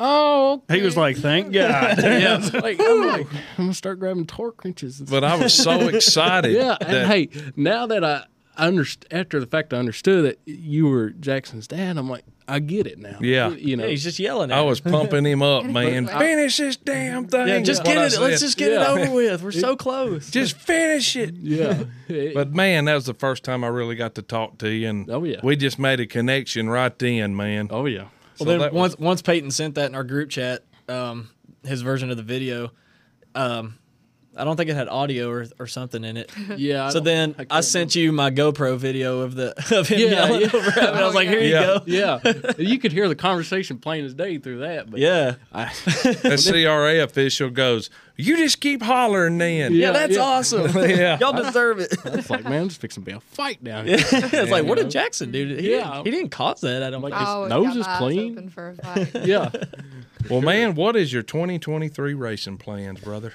[SPEAKER 6] oh,
[SPEAKER 4] He was like, "Thank God."
[SPEAKER 6] yeah, like I'm like, I'm gonna start grabbing torque wrenches. And
[SPEAKER 1] But I was so excited.
[SPEAKER 6] yeah,
[SPEAKER 1] that-
[SPEAKER 6] and hey, now that I underst- after the fact I understood that you were Jackson's dad, I'm like, I get it now.
[SPEAKER 1] Yeah.
[SPEAKER 6] you know,
[SPEAKER 2] He's just yelling at
[SPEAKER 1] I
[SPEAKER 2] him.
[SPEAKER 1] was pumping him up, man.
[SPEAKER 5] I-
[SPEAKER 1] finish this damn thing.
[SPEAKER 2] Yeah, just
[SPEAKER 1] is what
[SPEAKER 2] get
[SPEAKER 1] I
[SPEAKER 2] it. Let's
[SPEAKER 1] said.
[SPEAKER 2] just get
[SPEAKER 6] Yeah.
[SPEAKER 2] it over with. We're so close.
[SPEAKER 1] just finish it.
[SPEAKER 6] yeah,
[SPEAKER 1] But man, that was the first time I really got to talk to you, and
[SPEAKER 6] Oh, yeah.
[SPEAKER 1] we just made a connection right then, man.
[SPEAKER 6] oh yeah,
[SPEAKER 1] So
[SPEAKER 2] well,
[SPEAKER 1] that
[SPEAKER 2] then
[SPEAKER 1] was-
[SPEAKER 2] once once Peyton sent that in our group chat, um, his version of the video, um, I don't think it had audio or, or something in it.
[SPEAKER 6] yeah. I
[SPEAKER 2] so
[SPEAKER 6] don't-
[SPEAKER 2] then
[SPEAKER 6] can't
[SPEAKER 2] I, sent you my GoPro video of the of him
[SPEAKER 6] Yeah,
[SPEAKER 2] yelling
[SPEAKER 6] yeah.
[SPEAKER 2] over him. And I was
[SPEAKER 5] Oh,
[SPEAKER 2] like, here
[SPEAKER 5] yeah.
[SPEAKER 1] Yeah.
[SPEAKER 2] you go.
[SPEAKER 6] yeah, you could hear the conversation plain as day through that. But
[SPEAKER 2] Yeah.
[SPEAKER 6] I,
[SPEAKER 1] the CRA official goes, "You just keep hollering, then."
[SPEAKER 2] Yeah, that's
[SPEAKER 6] yeah.
[SPEAKER 2] awesome.
[SPEAKER 1] Yeah.
[SPEAKER 2] Y'all deserve it.
[SPEAKER 6] it's like, man, it's fixing to be a fight down here.
[SPEAKER 2] it's like, what did Jackson do? to- He,
[SPEAKER 6] Yeah.
[SPEAKER 2] didn't, he didn't cause that. I don't
[SPEAKER 6] Like,
[SPEAKER 2] like.
[SPEAKER 6] his
[SPEAKER 5] always
[SPEAKER 6] nose
[SPEAKER 5] Oh, got
[SPEAKER 6] is
[SPEAKER 5] my eyes
[SPEAKER 6] clean.
[SPEAKER 5] open for a fight.
[SPEAKER 6] Yeah.
[SPEAKER 1] Well, man, what is your 2023 racing plans, brother?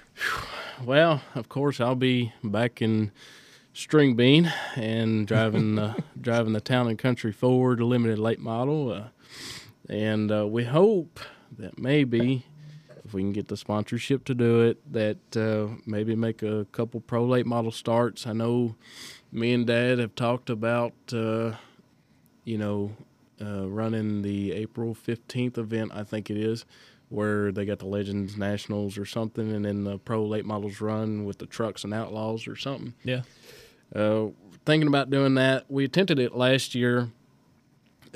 [SPEAKER 6] Well, of course, I'll be back in string bean and driving the driving the town and country Ford limited late model, uh, and uh, we hope that maybe if we can get the sponsorship to do it, that uh, maybe make a couple pro late model starts. I know me and Dad have talked about uh, you know uh, running the April fifteenth event, I think it is, where they got the Legends Nationals or something, and then the pro late models run with the trucks and outlaws or something
[SPEAKER 2] Yeah.
[SPEAKER 6] uh, thinking about doing that. We attempted it last year.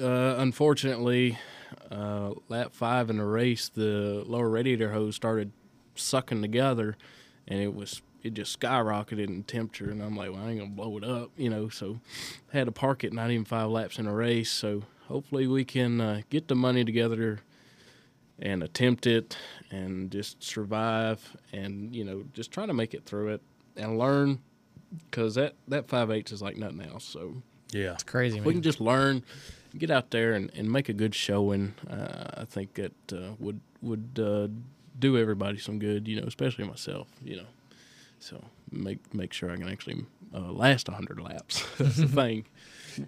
[SPEAKER 6] Uh, unfortunately, uh, lap five in the race, the lower radiator hose started sucking together, and it was it just skyrocketed in temperature. And I'm like, well, I ain't gonna blow it up, you know. So had to park it 95 laps in a race. So hopefully we can uh, get the money together and attempt it and just survive and you know just try to make it through it and learn because that that five eighths is like nothing else. So
[SPEAKER 1] Yeah,
[SPEAKER 2] Crazy,
[SPEAKER 6] if we can
[SPEAKER 2] man.
[SPEAKER 6] just learn, get out there and, and make a good showing. Uh, I think that uh, would would uh, do everybody some good. You know, especially myself. You know, so make make sure I can actually uh, last hundred laps. That's the thing.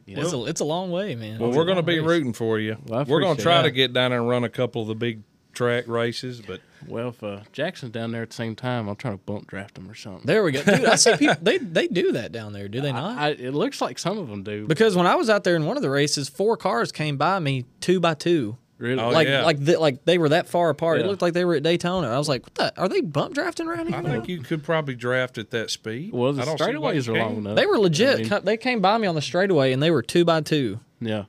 [SPEAKER 6] You know?
[SPEAKER 2] It's a, it's a long way, man.
[SPEAKER 1] Well,
[SPEAKER 2] It's
[SPEAKER 1] we're
[SPEAKER 2] a
[SPEAKER 1] going to
[SPEAKER 2] long
[SPEAKER 1] be
[SPEAKER 2] race.
[SPEAKER 1] rooting for you.
[SPEAKER 6] Well, I
[SPEAKER 1] we're going to
[SPEAKER 6] appreciate
[SPEAKER 1] try to
[SPEAKER 6] that.
[SPEAKER 1] get down there and run a couple of the big track races, but
[SPEAKER 6] Well, if uh, Jackson's down there at the same time, I'll try to bump draft him or something.
[SPEAKER 2] There we go. Dude, I see people. They they do that down there, do they not?
[SPEAKER 6] I, it looks like some of them do.
[SPEAKER 2] Because when I was out there in one of the races, four cars came by me two by two.
[SPEAKER 6] really,
[SPEAKER 1] Oh,
[SPEAKER 2] like
[SPEAKER 1] yeah.
[SPEAKER 2] like th- like they were that far apart. It
[SPEAKER 6] Yeah.
[SPEAKER 2] looked like they were at Daytona. I was like, what the? Are they bump drafting around here?
[SPEAKER 1] I
[SPEAKER 2] now?
[SPEAKER 1] think you could probably draft at that speed.
[SPEAKER 6] well, the
[SPEAKER 1] I don't see why you
[SPEAKER 6] straightaways are
[SPEAKER 1] can't.
[SPEAKER 6] long enough.
[SPEAKER 2] they were legit.
[SPEAKER 6] I mean-
[SPEAKER 2] Co- they came by me on the straightaway and they were two by two.
[SPEAKER 6] yeah.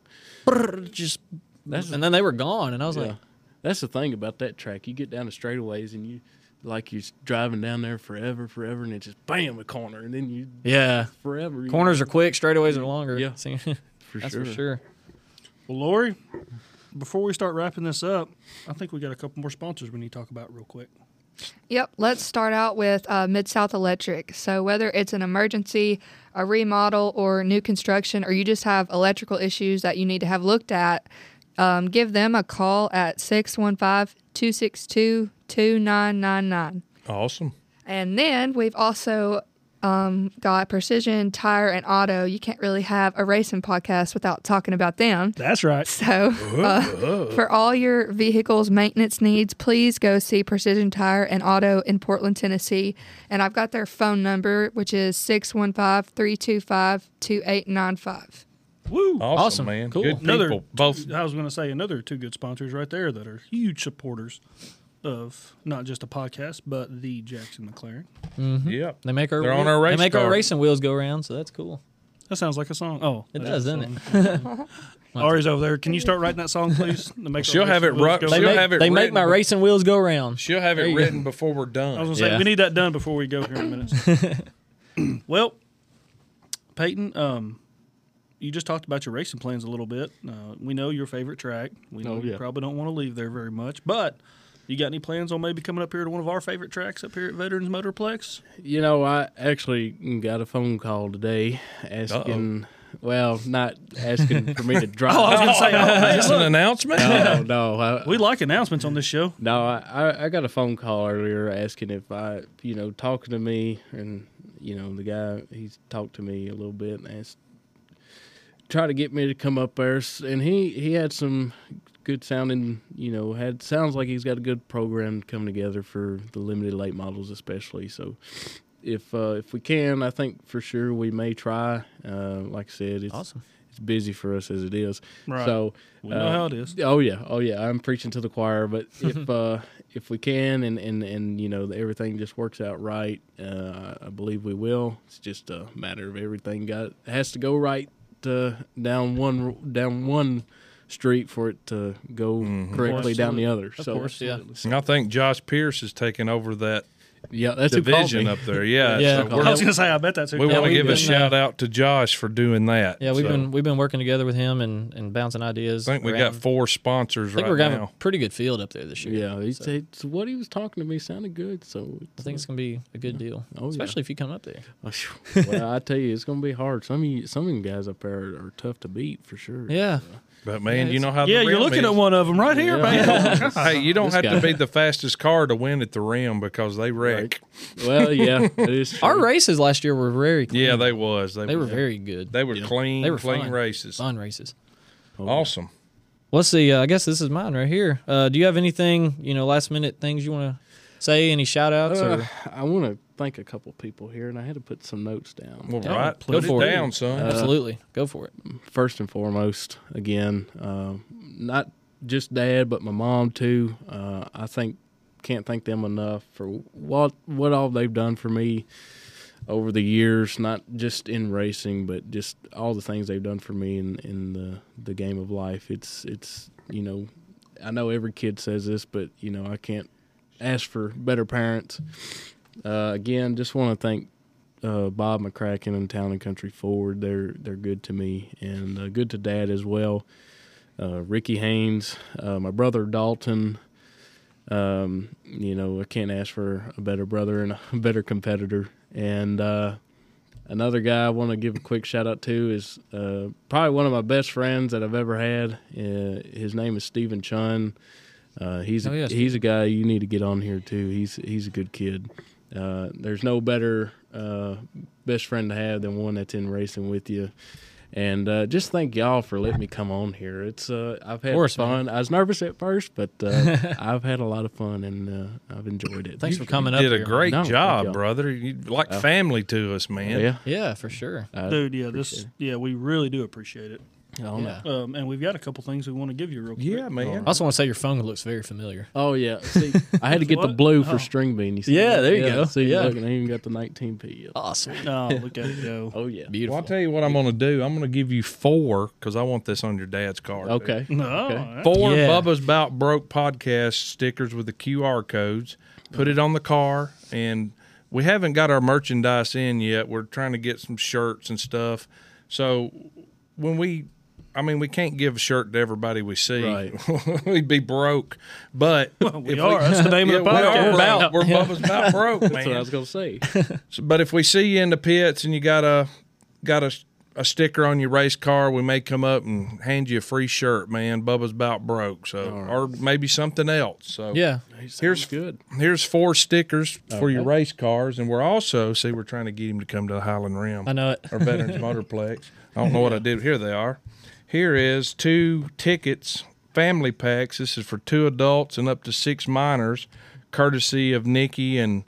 [SPEAKER 2] Brrr, Just
[SPEAKER 6] That's-
[SPEAKER 2] and then they were gone. And I was
[SPEAKER 6] Yeah.
[SPEAKER 2] like,
[SPEAKER 6] That's the thing about that track. You get down the straightaways and you like you're driving down there forever, forever, and it just bam a corner, and then you
[SPEAKER 2] yeah.
[SPEAKER 6] forever you-
[SPEAKER 2] Corners are quick, straightaways are longer.
[SPEAKER 6] Yeah.
[SPEAKER 2] See,
[SPEAKER 6] for
[SPEAKER 2] that's for sure.
[SPEAKER 4] Well, Lori, before we start wrapping this up, I think we got a couple more sponsors we need to talk about real quick.
[SPEAKER 5] Yep, let's start out with uh, Mid South Electric. So, whether it's an emergency, a remodel, or new construction, or you just have electrical issues that you need to have looked at, um, give them a call at 615 262 2999.
[SPEAKER 1] Awesome.
[SPEAKER 5] And then we've also um, got Precision Tire and Auto. You can't really have a racing podcast without talking about them.
[SPEAKER 4] That's right.
[SPEAKER 5] So, uh, for all your vehicles maintenance needs, please go see Precision Tire and Auto in Portland, Tennessee. And I've got their phone number, which is 615 325 2895.
[SPEAKER 4] Woo!
[SPEAKER 1] Awesome,
[SPEAKER 2] Awesome.
[SPEAKER 1] man.
[SPEAKER 2] Cool.
[SPEAKER 1] Good people.
[SPEAKER 4] Another-
[SPEAKER 1] Both.
[SPEAKER 4] I was going to say another two good sponsors right there that are huge supporters of not just the podcast but the Jackson McLaren.
[SPEAKER 1] Yep.
[SPEAKER 2] They make our
[SPEAKER 1] They're on our race
[SPEAKER 2] they make our
[SPEAKER 1] car.
[SPEAKER 2] racing wheels go around, so that's cool.
[SPEAKER 4] That sounds like a song. Oh,
[SPEAKER 2] It does, doesn't it?
[SPEAKER 4] it? Ari's over there. Can you start writing that song, please? To make
[SPEAKER 1] She'll
[SPEAKER 4] our
[SPEAKER 1] have it
[SPEAKER 4] wheels
[SPEAKER 1] ru-
[SPEAKER 4] go
[SPEAKER 1] she'll
[SPEAKER 2] They
[SPEAKER 4] round?
[SPEAKER 2] make,
[SPEAKER 1] have it
[SPEAKER 2] they make
[SPEAKER 1] written
[SPEAKER 2] my
[SPEAKER 1] be-
[SPEAKER 2] racing wheels go round.
[SPEAKER 1] She'll have
[SPEAKER 2] There
[SPEAKER 1] it
[SPEAKER 2] you
[SPEAKER 1] written before we're
[SPEAKER 4] I was
[SPEAKER 1] done.
[SPEAKER 4] going to say
[SPEAKER 2] Yeah.
[SPEAKER 4] we need that done before we go here in a minute. well, Peyton, um, you just talked about your racing plans a little bit. Uh, we know your favorite track. We know
[SPEAKER 6] Oh,
[SPEAKER 4] you
[SPEAKER 6] yeah.
[SPEAKER 4] probably don't want to leave there very much, but you got any plans on maybe coming up here to one of our favorite tracks up here at Veterans Motorplex?
[SPEAKER 6] You know, I actually got a phone call today asking. Well, not asking for me to drive.
[SPEAKER 4] gonna say, oh, man,
[SPEAKER 1] That's an announcement.
[SPEAKER 6] no, no, I,
[SPEAKER 4] we like announcements on this show.
[SPEAKER 6] no. I- I, I got a phone call earlier asking if I, you know, talking to me, and you know, the guy he's talked to me a little bit and asked, try to get me to come up there, s- and he he had some good sounding, you know, had sounds like he's got a good program coming together for the limited late models, especially. So. If uh, if we can, I think for sure we may try. Uh, like I said, it's
[SPEAKER 2] Awesome.
[SPEAKER 6] it's busy for us as it is.
[SPEAKER 4] Right.
[SPEAKER 6] So
[SPEAKER 4] We know
[SPEAKER 6] uh,
[SPEAKER 4] how it is.
[SPEAKER 6] Oh yeah, oh yeah. I'm preaching to the choir, but if uh, if we can and, and and you know everything just works out right, uh, I believe we will. It's just a matter of everything got has to go right uh, down one down one street for it to go
[SPEAKER 1] Mm-hmm.
[SPEAKER 6] correctly down the other.
[SPEAKER 2] Of
[SPEAKER 6] so
[SPEAKER 2] course, yeah.
[SPEAKER 1] And I think Josh Pierce is taking over that
[SPEAKER 6] yeah, that's
[SPEAKER 1] division
[SPEAKER 6] a
[SPEAKER 1] up there. Yeah,
[SPEAKER 2] Yeah.
[SPEAKER 1] so
[SPEAKER 2] Yeah.
[SPEAKER 1] we're-
[SPEAKER 4] I was gonna say, I bet that's who.
[SPEAKER 1] we
[SPEAKER 2] Yeah,
[SPEAKER 1] want to
[SPEAKER 2] we've
[SPEAKER 1] give a
[SPEAKER 2] been,
[SPEAKER 1] shout out to Josh for doing that.
[SPEAKER 2] Yeah, we've
[SPEAKER 1] So,
[SPEAKER 2] been we've been working together with him and, and bouncing ideas.
[SPEAKER 1] I think we
[SPEAKER 2] around.
[SPEAKER 1] got four sponsors
[SPEAKER 2] I think
[SPEAKER 1] right
[SPEAKER 2] we're gonna have
[SPEAKER 1] now.
[SPEAKER 2] a pretty good field up there this year.
[SPEAKER 6] Yeah, he's, it's what he was talking to me sounded good. So
[SPEAKER 2] I
[SPEAKER 6] it's, uh,
[SPEAKER 2] think it's gonna be a good deal,
[SPEAKER 6] Oh, yeah.
[SPEAKER 2] especially if you come up there.
[SPEAKER 6] well, I tell you, it's gonna be hard. Some of you, some of you guys up there are, tough to beat for sure.
[SPEAKER 2] Yeah,
[SPEAKER 1] But man,
[SPEAKER 2] Yeah,
[SPEAKER 1] you know how
[SPEAKER 4] Yeah,
[SPEAKER 1] the
[SPEAKER 4] you're
[SPEAKER 1] rim
[SPEAKER 4] looking
[SPEAKER 1] is.
[SPEAKER 4] at one of them right here,
[SPEAKER 6] Yeah.
[SPEAKER 4] man.
[SPEAKER 1] Hey, you don't
[SPEAKER 6] This
[SPEAKER 1] have
[SPEAKER 6] guy.
[SPEAKER 1] to be the fastest car to win at the rim because they wreck.
[SPEAKER 6] Right. Well, yeah, it is
[SPEAKER 2] our
[SPEAKER 6] true.
[SPEAKER 2] races last year were very clean.
[SPEAKER 1] Yeah, they was. They,
[SPEAKER 2] they were
[SPEAKER 1] was.
[SPEAKER 2] very good.
[SPEAKER 1] They were clean.
[SPEAKER 2] They were
[SPEAKER 1] clean
[SPEAKER 2] fun.
[SPEAKER 1] races.
[SPEAKER 2] fun races.
[SPEAKER 1] Awesome.
[SPEAKER 2] Let's see. Uh, I guess this is mine right here. Uh, do you have anything you know last minute things you want to say? Any shout outs
[SPEAKER 6] Uh,
[SPEAKER 2] or
[SPEAKER 6] I want to thank a couple people here, and I had to put some notes down.
[SPEAKER 1] Well,
[SPEAKER 2] Yeah,
[SPEAKER 1] right.
[SPEAKER 2] go
[SPEAKER 1] Put
[SPEAKER 2] for
[SPEAKER 1] it
[SPEAKER 2] it. Uh,
[SPEAKER 1] down, son.
[SPEAKER 2] absolutely go for it.
[SPEAKER 6] First and foremost, again, uh, not just dad, but my mom too. Uh, I think can't thank them enough for what what all they've done for me over the years, not just in racing, but just all the things they've done for me in, in the, the game of life. It's it's you know, I know every kid says this, but you know, I can't ask for better parents. Uh, again, just want to thank uh, Bob McCracken and Town and Country Forward. They're they're good to me and uh, good to Dad as well. Uh, Ricky Haynes, uh, my brother Dalton. Um, you know, I can't ask for a better brother and a better competitor. And uh, another guy I want to give a quick shout out to is uh, probably one of my best friends that I've ever had. Uh, his name is Stephen Chun. Uh, he's
[SPEAKER 2] Oh,
[SPEAKER 6] a,
[SPEAKER 2] yes.
[SPEAKER 6] he's a guy you need to get on here too. He's he's a good kid. Uh, there's no better uh, best friend to have than one that's in racing with you. And uh, just thank y'all for letting me come on here. It's uh, I've had
[SPEAKER 2] Of course,
[SPEAKER 6] fun. I was nervous at first, but uh, I've had a lot of fun and uh, I've enjoyed it.
[SPEAKER 2] Thanks for coming up.
[SPEAKER 1] Did a
[SPEAKER 2] here.
[SPEAKER 1] great
[SPEAKER 6] No, thank
[SPEAKER 1] job,
[SPEAKER 6] y'all.
[SPEAKER 1] brother. You like family to us, man.
[SPEAKER 6] Oh, Yeah, Uh,
[SPEAKER 2] Yeah, for sure.
[SPEAKER 6] I
[SPEAKER 4] Dude, yeah, this,
[SPEAKER 6] appreciate
[SPEAKER 4] yeah, we really do appreciate it.
[SPEAKER 6] it. Oh, no.
[SPEAKER 2] Yeah.
[SPEAKER 4] Um, and we've got a couple things we want to give you real quick.
[SPEAKER 1] Yeah, man.
[SPEAKER 2] I also want to say your phone looks very familiar.
[SPEAKER 6] Oh yeah. See, I had to get the
[SPEAKER 4] What?
[SPEAKER 6] blue for
[SPEAKER 4] Oh.
[SPEAKER 6] string bean. You see
[SPEAKER 2] Yeah,
[SPEAKER 6] that?
[SPEAKER 2] there you go.
[SPEAKER 6] See,
[SPEAKER 2] Yeah.
[SPEAKER 6] look, and I even got the 19p. up.
[SPEAKER 2] Awesome.
[SPEAKER 4] Oh, look at it go.
[SPEAKER 6] Oh yeah.
[SPEAKER 1] Well,
[SPEAKER 2] Beautiful.
[SPEAKER 1] I'll tell you what I'm going to do. I'm going to give you four because I want this on your dad's card. dude.
[SPEAKER 6] Okay.
[SPEAKER 4] No,
[SPEAKER 1] Four
[SPEAKER 2] Yeah.
[SPEAKER 1] Bubba's About Broke podcast stickers with the QR codes. Put it on the car. And we haven't got our merchandise in yet. We're trying to get some shirts and stuff. So when we, I mean, we can't give a shirt to everybody we see. We'd be broke. But
[SPEAKER 4] we are. That's the name
[SPEAKER 1] Yeah,
[SPEAKER 4] of the podcast.
[SPEAKER 1] We're, we're, about, we're Bubba's About Broke, man.
[SPEAKER 6] That's what I was gonna say.
[SPEAKER 1] So- but if we see you in the pits and you got a got a, a sticker on your race car, we may come up and hand you a free shirt, man. Bubba's about broke, so or maybe something else. So
[SPEAKER 2] yeah.
[SPEAKER 1] Here's-
[SPEAKER 6] Here's good.
[SPEAKER 1] here's four stickers for your race cars, and we're also see we're trying to get him to come to the Highland Rim
[SPEAKER 2] I know it.
[SPEAKER 1] or Veterans Motorplex. I don't know what I did. Here they are. Here is two tickets, family packs. This is for two adults and up to six minors, courtesy of Nikki and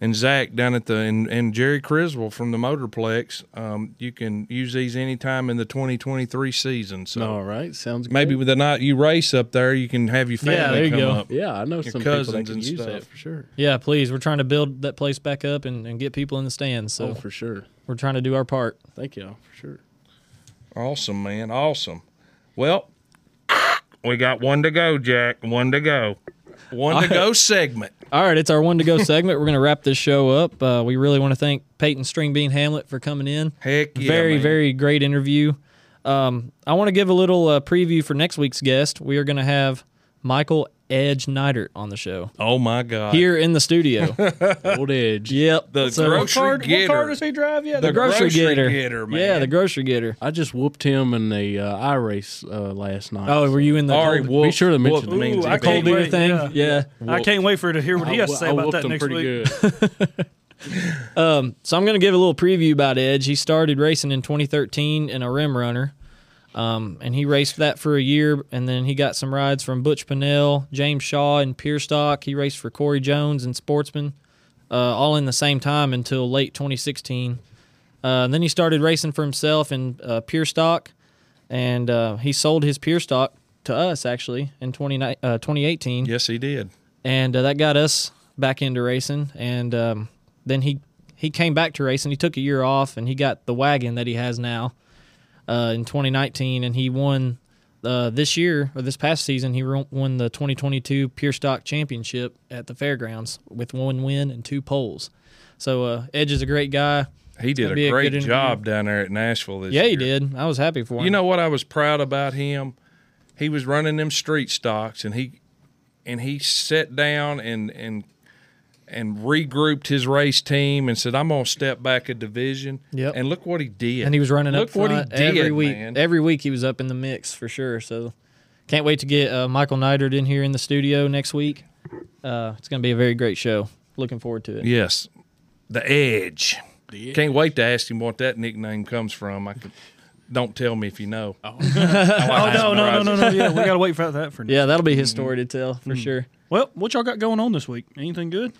[SPEAKER 1] and Zach down at the and, and Jerry Criswell from the Motorplex. Um, you can use these anytime in the 2023 season. So
[SPEAKER 6] All right. Sounds good.
[SPEAKER 1] maybe with the night you race up there, you can have your family
[SPEAKER 2] Yeah, there you
[SPEAKER 1] come
[SPEAKER 2] go.
[SPEAKER 1] up.
[SPEAKER 6] Yeah, I know some people that
[SPEAKER 1] cousins
[SPEAKER 6] can
[SPEAKER 1] and
[SPEAKER 6] use
[SPEAKER 1] stuff.
[SPEAKER 6] that for sure.
[SPEAKER 2] Yeah, please. We're trying to build that place back up and, and get people in the stands. So
[SPEAKER 6] Oh, for sure.
[SPEAKER 2] we're trying to do our part.
[SPEAKER 6] Thank y'all for sure.
[SPEAKER 1] Awesome, man. Awesome. Well, we got one to go, Jack. One to go. One to go segment.
[SPEAKER 2] All right, it's our one to go segment. We're going to wrap this show up. Uh, we really want to thank Peyton Stringbean Hamlet for coming in.
[SPEAKER 1] Heck yeah.
[SPEAKER 2] very,
[SPEAKER 1] man.
[SPEAKER 2] very great interview. Um, I want to give a little uh, preview for next week's guest. We are going to have Michael Edge Neidert on the show
[SPEAKER 1] Oh my God!
[SPEAKER 2] here in the studio.
[SPEAKER 6] Old Edge.
[SPEAKER 2] yep.
[SPEAKER 1] The
[SPEAKER 4] What
[SPEAKER 1] grocery
[SPEAKER 4] card, what
[SPEAKER 1] getter.
[SPEAKER 4] card does he drive? Yeah,
[SPEAKER 1] The
[SPEAKER 4] the,
[SPEAKER 1] grocery getter, man.
[SPEAKER 2] Yeah, the grocery getter.
[SPEAKER 6] I just whooped him in the uh, I race uh, last night.
[SPEAKER 2] Oh, were you in the
[SPEAKER 1] Ari
[SPEAKER 2] cold,
[SPEAKER 1] Wolf.
[SPEAKER 6] Be sure to mention
[SPEAKER 1] Wolf
[SPEAKER 6] it.
[SPEAKER 1] means
[SPEAKER 4] Ooh, I
[SPEAKER 1] he
[SPEAKER 4] can't
[SPEAKER 2] cold
[SPEAKER 1] beat-
[SPEAKER 2] beer
[SPEAKER 4] wait,
[SPEAKER 2] thing?
[SPEAKER 4] yeah.
[SPEAKER 2] Yeah.
[SPEAKER 4] I can't wait for to hear what he has to
[SPEAKER 6] wh-
[SPEAKER 4] say about
[SPEAKER 6] whooped
[SPEAKER 4] that
[SPEAKER 6] him
[SPEAKER 4] next
[SPEAKER 6] pretty
[SPEAKER 4] week.
[SPEAKER 6] good.
[SPEAKER 2] So I'm going to give a little preview about Edge. He started racing in 2013 in a rim runner, um, and he raced that for a year, and then he got some rides from Butch Pinnell, James Shaw, and Pierstock. He raced for Corey Jones and Sportsman, uh, all in the same time until late 2016. Uh, and then he started racing for himself in uh, Pierstock, and uh, he sold his Pierstock to us actually in 20, uh, 2018
[SPEAKER 1] Yes, he did.
[SPEAKER 2] and uh, that got us back into racing. And um, then he he came back to racing. He took a year off, and he got the wagon that he has now uh, in 2019, and he won uh, this year or this past season. He ro- won the 2022 Pure Stock Championship at the fairgrounds with one win and two poles. So uh, Edge is a great guy.
[SPEAKER 1] He did
[SPEAKER 2] That'd be
[SPEAKER 1] a
[SPEAKER 2] a
[SPEAKER 1] great
[SPEAKER 2] good interview.
[SPEAKER 1] job down there at Nashville this
[SPEAKER 2] Yeah,
[SPEAKER 1] year.
[SPEAKER 2] he did. I was happy for him.
[SPEAKER 1] You know what I was proud about him? He was running them street stocks and he and he sat down and and and regrouped his race team and said, "I'm gonna step back a division."
[SPEAKER 2] Yep.
[SPEAKER 1] And look what he did.
[SPEAKER 2] and he was running
[SPEAKER 1] look
[SPEAKER 2] up
[SPEAKER 1] what
[SPEAKER 2] front
[SPEAKER 1] he did,
[SPEAKER 2] every week.
[SPEAKER 1] man.
[SPEAKER 2] Every week he was up in the mix for sure. So can't wait to get uh, Michael Neidert in here in the studio next week. Uh, it's going to be a very great show. Looking forward to it.
[SPEAKER 1] yes, the edge. Can't wait to ask him what that nickname comes from. I could, don't tell me if you know.
[SPEAKER 4] Oh no, no, no, no, no! Yeah, we gotta wait for that for now.
[SPEAKER 2] Yeah, that'll be his story to tell for
[SPEAKER 1] Mm-hmm.
[SPEAKER 2] sure.
[SPEAKER 4] Well, what y'all got going on this week? Anything good?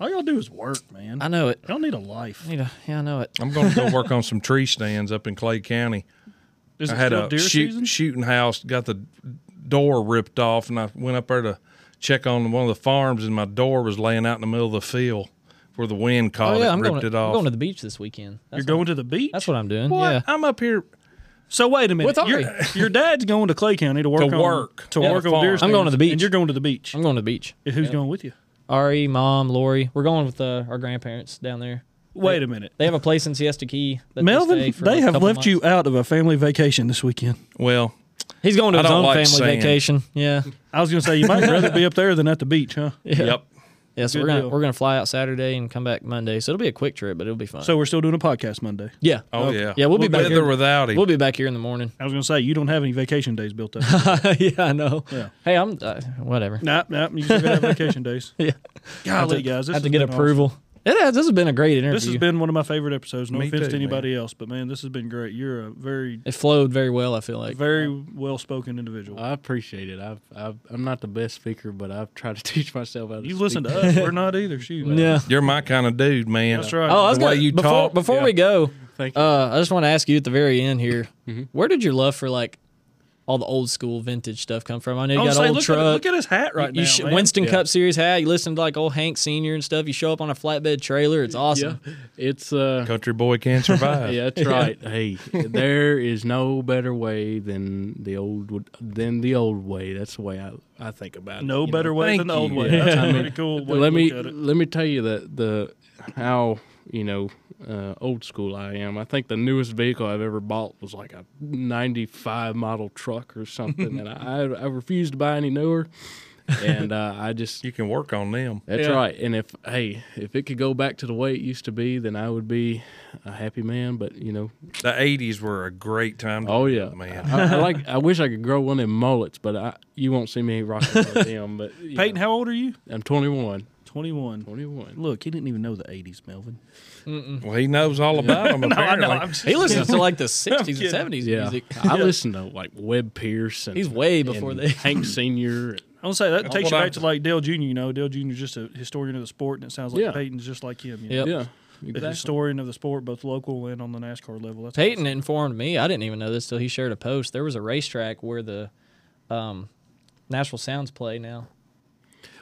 [SPEAKER 4] All y'all do is work, man.
[SPEAKER 2] I know it.
[SPEAKER 4] Y'all need a life.
[SPEAKER 2] I need to- yeah, I know it.
[SPEAKER 1] I'm going to go work on some tree stands up in Clay County.
[SPEAKER 4] Is
[SPEAKER 1] I
[SPEAKER 4] it
[SPEAKER 1] had
[SPEAKER 4] still
[SPEAKER 1] a
[SPEAKER 4] deer season?
[SPEAKER 1] shoot, shooting house, got the door ripped off, and I went up there to check on one of the farms, and my door was laying out in the middle of the field where the wind caught
[SPEAKER 2] Oh yeah,
[SPEAKER 1] it,
[SPEAKER 2] I'm
[SPEAKER 1] and ripped
[SPEAKER 2] going, to,
[SPEAKER 1] it
[SPEAKER 2] I'm
[SPEAKER 1] off.
[SPEAKER 2] going to the beach this weekend.
[SPEAKER 4] You're
[SPEAKER 2] That's
[SPEAKER 4] going to the beach.
[SPEAKER 2] That's what I'm doing.
[SPEAKER 1] What?
[SPEAKER 2] Yeah.
[SPEAKER 1] I'm up here.
[SPEAKER 4] So wait a minute.
[SPEAKER 2] With
[SPEAKER 4] Your,
[SPEAKER 2] Ari.
[SPEAKER 4] your dad's going to Clay County to work on,
[SPEAKER 1] work.
[SPEAKER 4] to
[SPEAKER 1] Yeah,
[SPEAKER 4] work
[SPEAKER 1] farm.
[SPEAKER 4] on deer.
[SPEAKER 1] I'm
[SPEAKER 4] stands,
[SPEAKER 2] going to the beach.
[SPEAKER 4] and you're going to the beach.
[SPEAKER 2] I'm going to the beach.
[SPEAKER 4] Yeah, Who's going with you?
[SPEAKER 2] Ari, mom, Lori. We're going with uh, our grandparents down there.
[SPEAKER 4] Wait a minute,
[SPEAKER 2] They have a place in Siesta Key. That they stay
[SPEAKER 4] Melvin.
[SPEAKER 2] for
[SPEAKER 4] They
[SPEAKER 2] a
[SPEAKER 4] have
[SPEAKER 2] couple
[SPEAKER 4] left you
[SPEAKER 2] months.
[SPEAKER 4] out of a family vacation this weekend.
[SPEAKER 1] Well,
[SPEAKER 2] He's going to
[SPEAKER 1] I
[SPEAKER 2] his
[SPEAKER 1] don't
[SPEAKER 2] own
[SPEAKER 1] like
[SPEAKER 2] family
[SPEAKER 1] sand.
[SPEAKER 2] vacation. Yeah.
[SPEAKER 4] I was going to say you might rather be up there than at the beach, huh?
[SPEAKER 1] yep.
[SPEAKER 2] Yeah, so
[SPEAKER 4] Good
[SPEAKER 2] we're gonna
[SPEAKER 4] deal.
[SPEAKER 2] we're gonna fly out Saturday and come back Monday. So it'll be a quick trip, but it'll be fun.
[SPEAKER 4] So we're still doing a podcast Monday.
[SPEAKER 2] yeah,
[SPEAKER 1] Oh yeah.
[SPEAKER 2] yeah, we'll be back
[SPEAKER 1] With
[SPEAKER 2] here.
[SPEAKER 1] or without him.
[SPEAKER 2] we'll be back here in the morning.
[SPEAKER 4] I was going to say you don't have any vacation days built up.
[SPEAKER 2] yeah, I know.
[SPEAKER 4] Yeah.
[SPEAKER 2] Hey, I'm uh, whatever.
[SPEAKER 4] nah, nah, you still got vacation days.
[SPEAKER 2] Yeah,
[SPEAKER 4] Golly, guys, this
[SPEAKER 2] I have to
[SPEAKER 4] has
[SPEAKER 2] get
[SPEAKER 4] been awesome.
[SPEAKER 2] approval. It has. This has been a great interview.
[SPEAKER 4] This has been one of my favorite episodes. No
[SPEAKER 1] Me
[SPEAKER 4] offense
[SPEAKER 1] too,
[SPEAKER 4] to anybody else, but man, this has been great. You're a very,
[SPEAKER 2] it flowed very well. I feel like.
[SPEAKER 4] very well spoken individual.
[SPEAKER 6] I appreciate it. I've, I've, I'm not the best speaker, but I've tried to teach myself how to.
[SPEAKER 4] you
[SPEAKER 6] speak.
[SPEAKER 4] listen to us. We're not either. Shoot.
[SPEAKER 2] yeah.
[SPEAKER 1] You're my kind of dude, man.
[SPEAKER 4] That's right.
[SPEAKER 2] Oh, I was
[SPEAKER 1] The way
[SPEAKER 2] gonna,
[SPEAKER 1] you
[SPEAKER 2] before
[SPEAKER 1] talk,
[SPEAKER 2] before
[SPEAKER 1] yeah.
[SPEAKER 2] we go.
[SPEAKER 6] Thank you.
[SPEAKER 2] Uh, I just want to ask you at the very end here,
[SPEAKER 4] Mm-hmm.
[SPEAKER 2] where did your love for like all the old school vintage stuff come from? I know you
[SPEAKER 4] I
[SPEAKER 2] got
[SPEAKER 4] was saying,
[SPEAKER 2] old
[SPEAKER 4] look,
[SPEAKER 2] truck.
[SPEAKER 4] at, look at his hat right
[SPEAKER 2] you
[SPEAKER 4] now.
[SPEAKER 2] sh-
[SPEAKER 4] man.
[SPEAKER 2] Winston
[SPEAKER 6] Yeah.
[SPEAKER 2] Cup Series hat. You listen to like old Hank Senior and stuff. You show up on a flatbed trailer. It's awesome.
[SPEAKER 6] Yeah, it's uh,
[SPEAKER 1] Country boy can survive.
[SPEAKER 6] yeah, that's right. Hey, there is no better way than the old would- than the old way. That's the way I, I think about it.
[SPEAKER 4] no
[SPEAKER 6] you
[SPEAKER 4] better
[SPEAKER 6] know?
[SPEAKER 4] way
[SPEAKER 1] Thank
[SPEAKER 4] than the old
[SPEAKER 1] you.
[SPEAKER 4] way.
[SPEAKER 6] Yeah.
[SPEAKER 4] That's
[SPEAKER 6] I
[SPEAKER 4] a
[SPEAKER 6] mean,
[SPEAKER 4] pretty cool way
[SPEAKER 6] let
[SPEAKER 4] to
[SPEAKER 6] me
[SPEAKER 4] look at it.
[SPEAKER 6] let me tell you that the how you know uh, old school I am. I think the newest vehicle I've ever bought was like a '95 model truck or something, and I I refuse to buy any newer. And uh, I just
[SPEAKER 1] You can work on them.
[SPEAKER 6] that's
[SPEAKER 4] Yeah.
[SPEAKER 6] right. And if hey, if it could go back to the way it used to be, then I would be a happy man. But you know,
[SPEAKER 1] The 80s were a great time. To
[SPEAKER 6] Oh
[SPEAKER 1] be
[SPEAKER 6] yeah,
[SPEAKER 1] a man.
[SPEAKER 6] I, I like. I wish I could grow one in mullets, but I you won't see me rocking one of them. But you
[SPEAKER 4] Peyton,
[SPEAKER 6] know,
[SPEAKER 4] how old are you?
[SPEAKER 6] I'm 21.
[SPEAKER 4] 21.
[SPEAKER 6] 21.
[SPEAKER 4] Look, he didn't even know the 80s, Melvin.
[SPEAKER 1] Well, he knows all about them. apparently.
[SPEAKER 2] He listens to like the 60s
[SPEAKER 4] kidding.
[SPEAKER 2] and 70s
[SPEAKER 6] Yeah,
[SPEAKER 2] music.
[SPEAKER 6] I listen to like Webb Pierce and
[SPEAKER 2] He's way before
[SPEAKER 6] and
[SPEAKER 2] they-
[SPEAKER 6] Hank Senior.
[SPEAKER 4] I'm gonna say that takes you
[SPEAKER 1] what
[SPEAKER 4] back
[SPEAKER 1] I'm-
[SPEAKER 4] to like Dale Jr. You know, Dale Jr. is just a historian of the sport, and it sounds like
[SPEAKER 6] Yeah.
[SPEAKER 4] Peyton's just like him. You know?
[SPEAKER 2] Yep.
[SPEAKER 6] Yeah,
[SPEAKER 4] A historian of the sport, both local and on the NASCAR level. That's
[SPEAKER 2] Peyton informed me. I didn't even know this till he shared a post. There was a racetrack where the um, Nashville Sounds play now.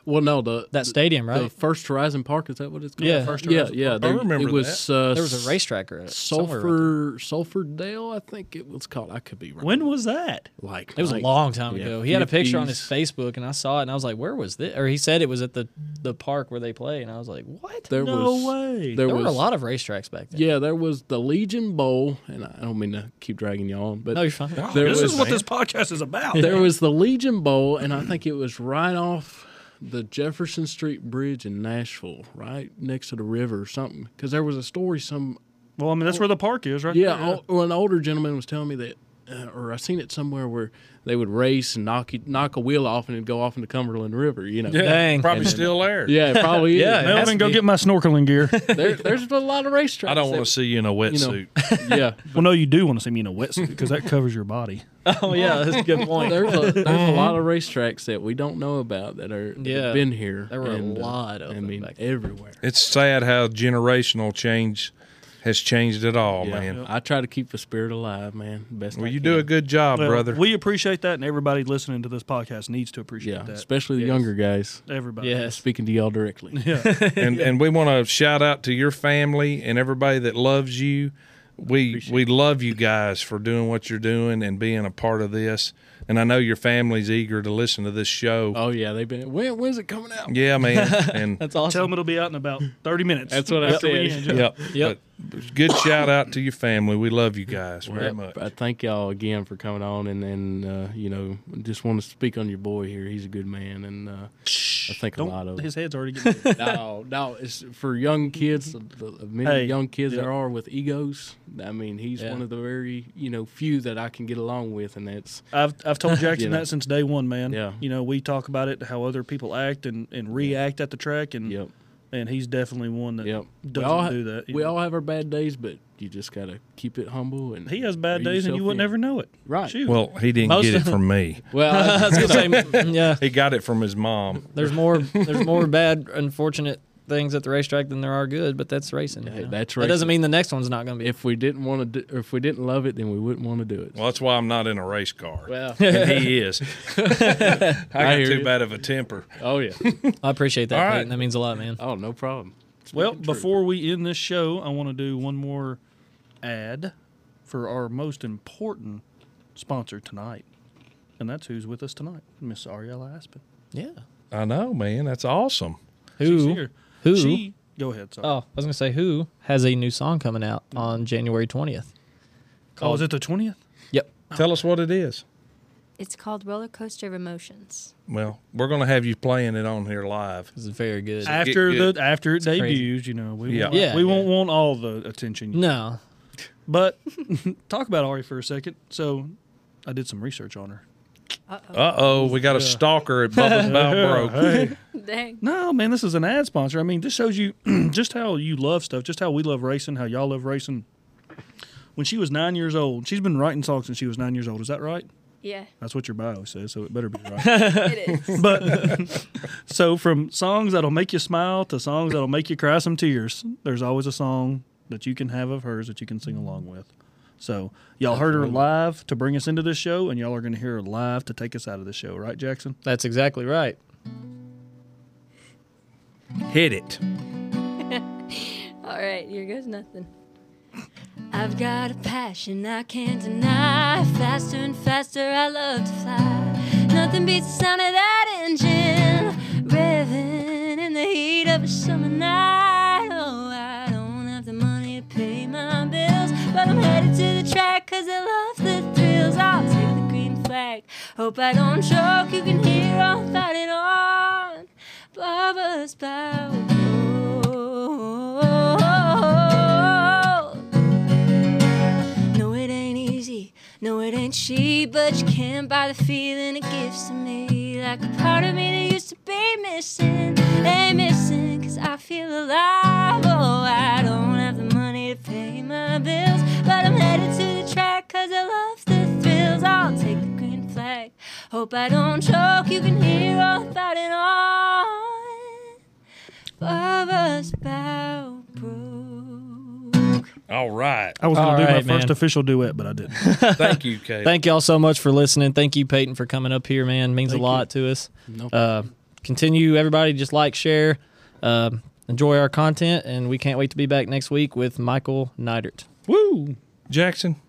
[SPEAKER 6] Well, no, the
[SPEAKER 2] That stadium,
[SPEAKER 6] the,
[SPEAKER 2] right?
[SPEAKER 6] the First Horizon Park is that what it's called?
[SPEAKER 2] Yeah.
[SPEAKER 4] First
[SPEAKER 6] yeah,
[SPEAKER 4] Horizon
[SPEAKER 6] yeah.
[SPEAKER 1] I
[SPEAKER 6] they-
[SPEAKER 1] remember
[SPEAKER 6] it was Uh,
[SPEAKER 2] there was a racetrack or somewhere around there.
[SPEAKER 6] Sulfur Sulfur Dale, I think it was called. I could be wrong.
[SPEAKER 4] When was that?
[SPEAKER 6] Like
[SPEAKER 2] It was a
[SPEAKER 6] like,
[SPEAKER 2] long time
[SPEAKER 6] yeah,
[SPEAKER 2] ago. He had a picture on his
[SPEAKER 6] 50s.
[SPEAKER 2] Facebook, and I saw it, and I was like, "Where was this?" Or he said it was at the the park where they play, and I was like, "What?" There,
[SPEAKER 6] There
[SPEAKER 4] no
[SPEAKER 6] was
[SPEAKER 4] way.
[SPEAKER 6] there, was
[SPEAKER 2] were a lot of racetracks back then.
[SPEAKER 6] Yeah, there was the Legion Bowl, and I don't mean to keep dragging you on, but
[SPEAKER 2] No, you're fine.
[SPEAKER 6] there
[SPEAKER 4] this
[SPEAKER 6] was
[SPEAKER 4] is what this podcast is about.
[SPEAKER 6] there was the Legion Bowl, and I think it was right off the Jefferson Street Bridge in Nashville, right next to the river or something. Because there was a story some
[SPEAKER 4] well, I mean, that's where the park is, right?
[SPEAKER 6] yeah,
[SPEAKER 4] there.
[SPEAKER 6] ol- well, an older gentleman was telling me that, uh, or I seen it somewhere where they would race and knock you- knock a wheel off and it'd go off in the Cumberland River. You know,
[SPEAKER 1] Yeah,
[SPEAKER 2] Dang.
[SPEAKER 1] Probably
[SPEAKER 6] And then-
[SPEAKER 1] still there.
[SPEAKER 6] yeah, it probably is.
[SPEAKER 2] Yeah, it has
[SPEAKER 4] Melvin,
[SPEAKER 2] to
[SPEAKER 4] go
[SPEAKER 2] be.
[SPEAKER 4] get my snorkeling gear.
[SPEAKER 6] There, there's a lot of racetracks.
[SPEAKER 1] I don't want to
[SPEAKER 6] to
[SPEAKER 1] see you in a
[SPEAKER 6] you know,
[SPEAKER 1] wetsuit.
[SPEAKER 6] yeah.
[SPEAKER 4] well, no, you do want to see me in a wetsuit because that covers your body.
[SPEAKER 2] Oh yeah, that's a good point.
[SPEAKER 6] There's a, there's a lot of racetracks that we don't know about that are that
[SPEAKER 2] Yeah.
[SPEAKER 6] have been here.
[SPEAKER 2] There were a
[SPEAKER 6] uh,
[SPEAKER 2] lot of
[SPEAKER 6] I
[SPEAKER 2] them
[SPEAKER 6] mean,
[SPEAKER 2] back then.
[SPEAKER 6] everywhere.
[SPEAKER 1] It's sad how generational change has changed it all,
[SPEAKER 6] Yeah.
[SPEAKER 1] man.
[SPEAKER 6] I try to keep the spirit alive, man. Best.
[SPEAKER 1] Well,
[SPEAKER 6] I
[SPEAKER 1] you
[SPEAKER 6] can.
[SPEAKER 1] do a good job,
[SPEAKER 4] Well,
[SPEAKER 1] brother.
[SPEAKER 4] We appreciate that, and everybody listening to this podcast needs to appreciate
[SPEAKER 6] Yeah,
[SPEAKER 4] that.
[SPEAKER 6] especially the
[SPEAKER 2] Yes.
[SPEAKER 6] younger guys.
[SPEAKER 4] Everybody.
[SPEAKER 2] yes.
[SPEAKER 6] Speaking to y'all directly.
[SPEAKER 4] Yeah.
[SPEAKER 1] and and we want to shout out to your family and everybody that loves you. We we love you guys for doing what you're doing and being a part of this. And I know your family's eager to listen to this show.
[SPEAKER 6] Oh yeah, they've been. When, when's it coming out?
[SPEAKER 1] Yeah, man. And
[SPEAKER 2] That's awesome.
[SPEAKER 4] Tell them it'll be out in about 30 minutes.
[SPEAKER 6] That's what I
[SPEAKER 4] After we
[SPEAKER 6] said.
[SPEAKER 4] end, yeah.
[SPEAKER 1] yep,
[SPEAKER 2] Yep.
[SPEAKER 1] But good shout out to your family. We love you guys very
[SPEAKER 6] Yep.
[SPEAKER 1] much.
[SPEAKER 6] I thank y'all again for coming on, and and uh, you know, just want to speak on your boy here. He's a good man, and uh, I think a lot
[SPEAKER 4] Don't,
[SPEAKER 6] of
[SPEAKER 4] his head's already getting big.
[SPEAKER 6] no, no. It's for young kids. The, the many
[SPEAKER 4] Hey,
[SPEAKER 6] young kids
[SPEAKER 4] yeah.
[SPEAKER 6] there are with egos. I mean, he's
[SPEAKER 2] Yeah.
[SPEAKER 6] one of the very you know few that I can get along with, and that's
[SPEAKER 4] I've, I've told Jackson
[SPEAKER 6] know.
[SPEAKER 4] that since day one, man.
[SPEAKER 6] Yeah.
[SPEAKER 4] You know, we talk about it, how other people act and, and react at the track, and
[SPEAKER 6] yep,
[SPEAKER 4] and he's definitely one that
[SPEAKER 6] yep. we
[SPEAKER 4] doesn't
[SPEAKER 6] all, ha-
[SPEAKER 4] do that. you
[SPEAKER 6] We
[SPEAKER 4] know.
[SPEAKER 6] all have our bad days, but you just gotta keep it humble. And
[SPEAKER 4] he has bad
[SPEAKER 6] reel
[SPEAKER 4] days, and
[SPEAKER 6] yourself
[SPEAKER 4] you would
[SPEAKER 6] in.
[SPEAKER 4] never know it.
[SPEAKER 6] Right.
[SPEAKER 4] Shoot.
[SPEAKER 1] Well, he didn't
[SPEAKER 2] Most
[SPEAKER 1] get it
[SPEAKER 2] of-
[SPEAKER 1] from me.
[SPEAKER 6] Well,
[SPEAKER 2] That's good. Same- yeah.
[SPEAKER 1] He got it from his mom.
[SPEAKER 2] There's more. There's more bad, unfortunate things at the racetrack than there are good. But that's racing. you
[SPEAKER 6] Hey,
[SPEAKER 2] know?
[SPEAKER 6] that's
[SPEAKER 2] That doesn't
[SPEAKER 6] racing.
[SPEAKER 2] mean the next one's not going to be.
[SPEAKER 6] if we didn't want to, do, if we didn't love it, then we wouldn't want to do it.
[SPEAKER 1] Well, that's why I'm not in a race car.
[SPEAKER 6] Well,
[SPEAKER 1] and he is. I
[SPEAKER 6] hear
[SPEAKER 1] got too
[SPEAKER 6] you.
[SPEAKER 1] bad of a temper.
[SPEAKER 6] oh yeah.
[SPEAKER 2] I appreciate that.
[SPEAKER 1] All right.
[SPEAKER 2] Peyton. That means a lot, man.
[SPEAKER 6] Oh no problem.
[SPEAKER 4] Well,
[SPEAKER 6] Speaking truth.
[SPEAKER 4] before we end this show, I want to do one more ad for our most important sponsor tonight, and that's who's with us tonight, Miss Ariella Aspen.
[SPEAKER 2] Yeah.
[SPEAKER 1] I know, man. That's awesome.
[SPEAKER 4] She's
[SPEAKER 2] Who?
[SPEAKER 4] here.
[SPEAKER 2] Who?
[SPEAKER 4] She. Go ahead. Sorry.
[SPEAKER 2] Oh, I was going to say who has a new song coming out on January 20th.
[SPEAKER 4] oh, is it the twentieth?
[SPEAKER 2] Yep.
[SPEAKER 1] Tell us what it is.
[SPEAKER 3] It's called Roller Coaster of Emotions.
[SPEAKER 1] Well, we're gonna have you playing it on here live.
[SPEAKER 2] This is very good.
[SPEAKER 4] After
[SPEAKER 1] good.
[SPEAKER 4] the after it
[SPEAKER 2] crazy.
[SPEAKER 4] debuts, you know, we
[SPEAKER 1] Yeah.
[SPEAKER 4] won't,
[SPEAKER 2] Yeah,
[SPEAKER 4] we
[SPEAKER 2] yeah.
[SPEAKER 4] won't want all the attention.
[SPEAKER 2] no.
[SPEAKER 4] But talk about Ari for a second. So, I did some research on her.
[SPEAKER 1] Uh oh, we got a stalker at Bubba's Bow Broke.
[SPEAKER 3] Dang.
[SPEAKER 4] No, man, this is an ad sponsor. I mean, this shows you just how you love stuff, just how we love racing, how y'all love racing. When she was nine years old, she's been writing songs since she was nine years old. Is that right?
[SPEAKER 3] Yeah,
[SPEAKER 4] That's what your bio says, so it better be right.
[SPEAKER 3] it is.
[SPEAKER 4] but so, from songs that'll make you smile to songs that'll make you cry some tears, there's always a song that you can have of hers that you can sing along with. So, y'all heard her live to bring us into this show, and y'all are going to hear her live to take us out of this show, right, Jackson?
[SPEAKER 2] That's exactly right.
[SPEAKER 1] Hit it.
[SPEAKER 3] All right, here goes nothing. I've got a passion I can't deny. Faster and faster, I love to fly. Nothing beats the sound of that engine revving in the heat of a summer night. Oh, I don't have the money to pay my bills, but I'm headed to the track 'cause I love the thrills. I'll take the green flag. Hope I don't choke. You can hear all about it on Barbara's Bow. No, it ain't easy. No, it ain't cheap, but you can't buy the feeling it gives to me. Like a part of me that used to be missing. Ain't missing, cause I feel alive. Oh, I don't have the money to pay my bills. But I'm headed to the track, cause I love the thrills. I'll take the green flag. Hope I don't choke, you can hear all about it on. Barbara's bow broke.
[SPEAKER 1] All right.
[SPEAKER 4] I was going
[SPEAKER 2] All
[SPEAKER 4] to do
[SPEAKER 2] right,
[SPEAKER 4] my
[SPEAKER 2] man.
[SPEAKER 4] first official duet, but I didn't.
[SPEAKER 1] Thank you, Kate.
[SPEAKER 2] Thank y'all so much for listening. Thank you, Peyton, for coming up here, man. Means a lot to us.
[SPEAKER 6] No.
[SPEAKER 2] Uh, continue everybody just like, share, uh, enjoy our content, and we can't wait to be back next week with Michael Neidert.
[SPEAKER 1] Woo, Jackson.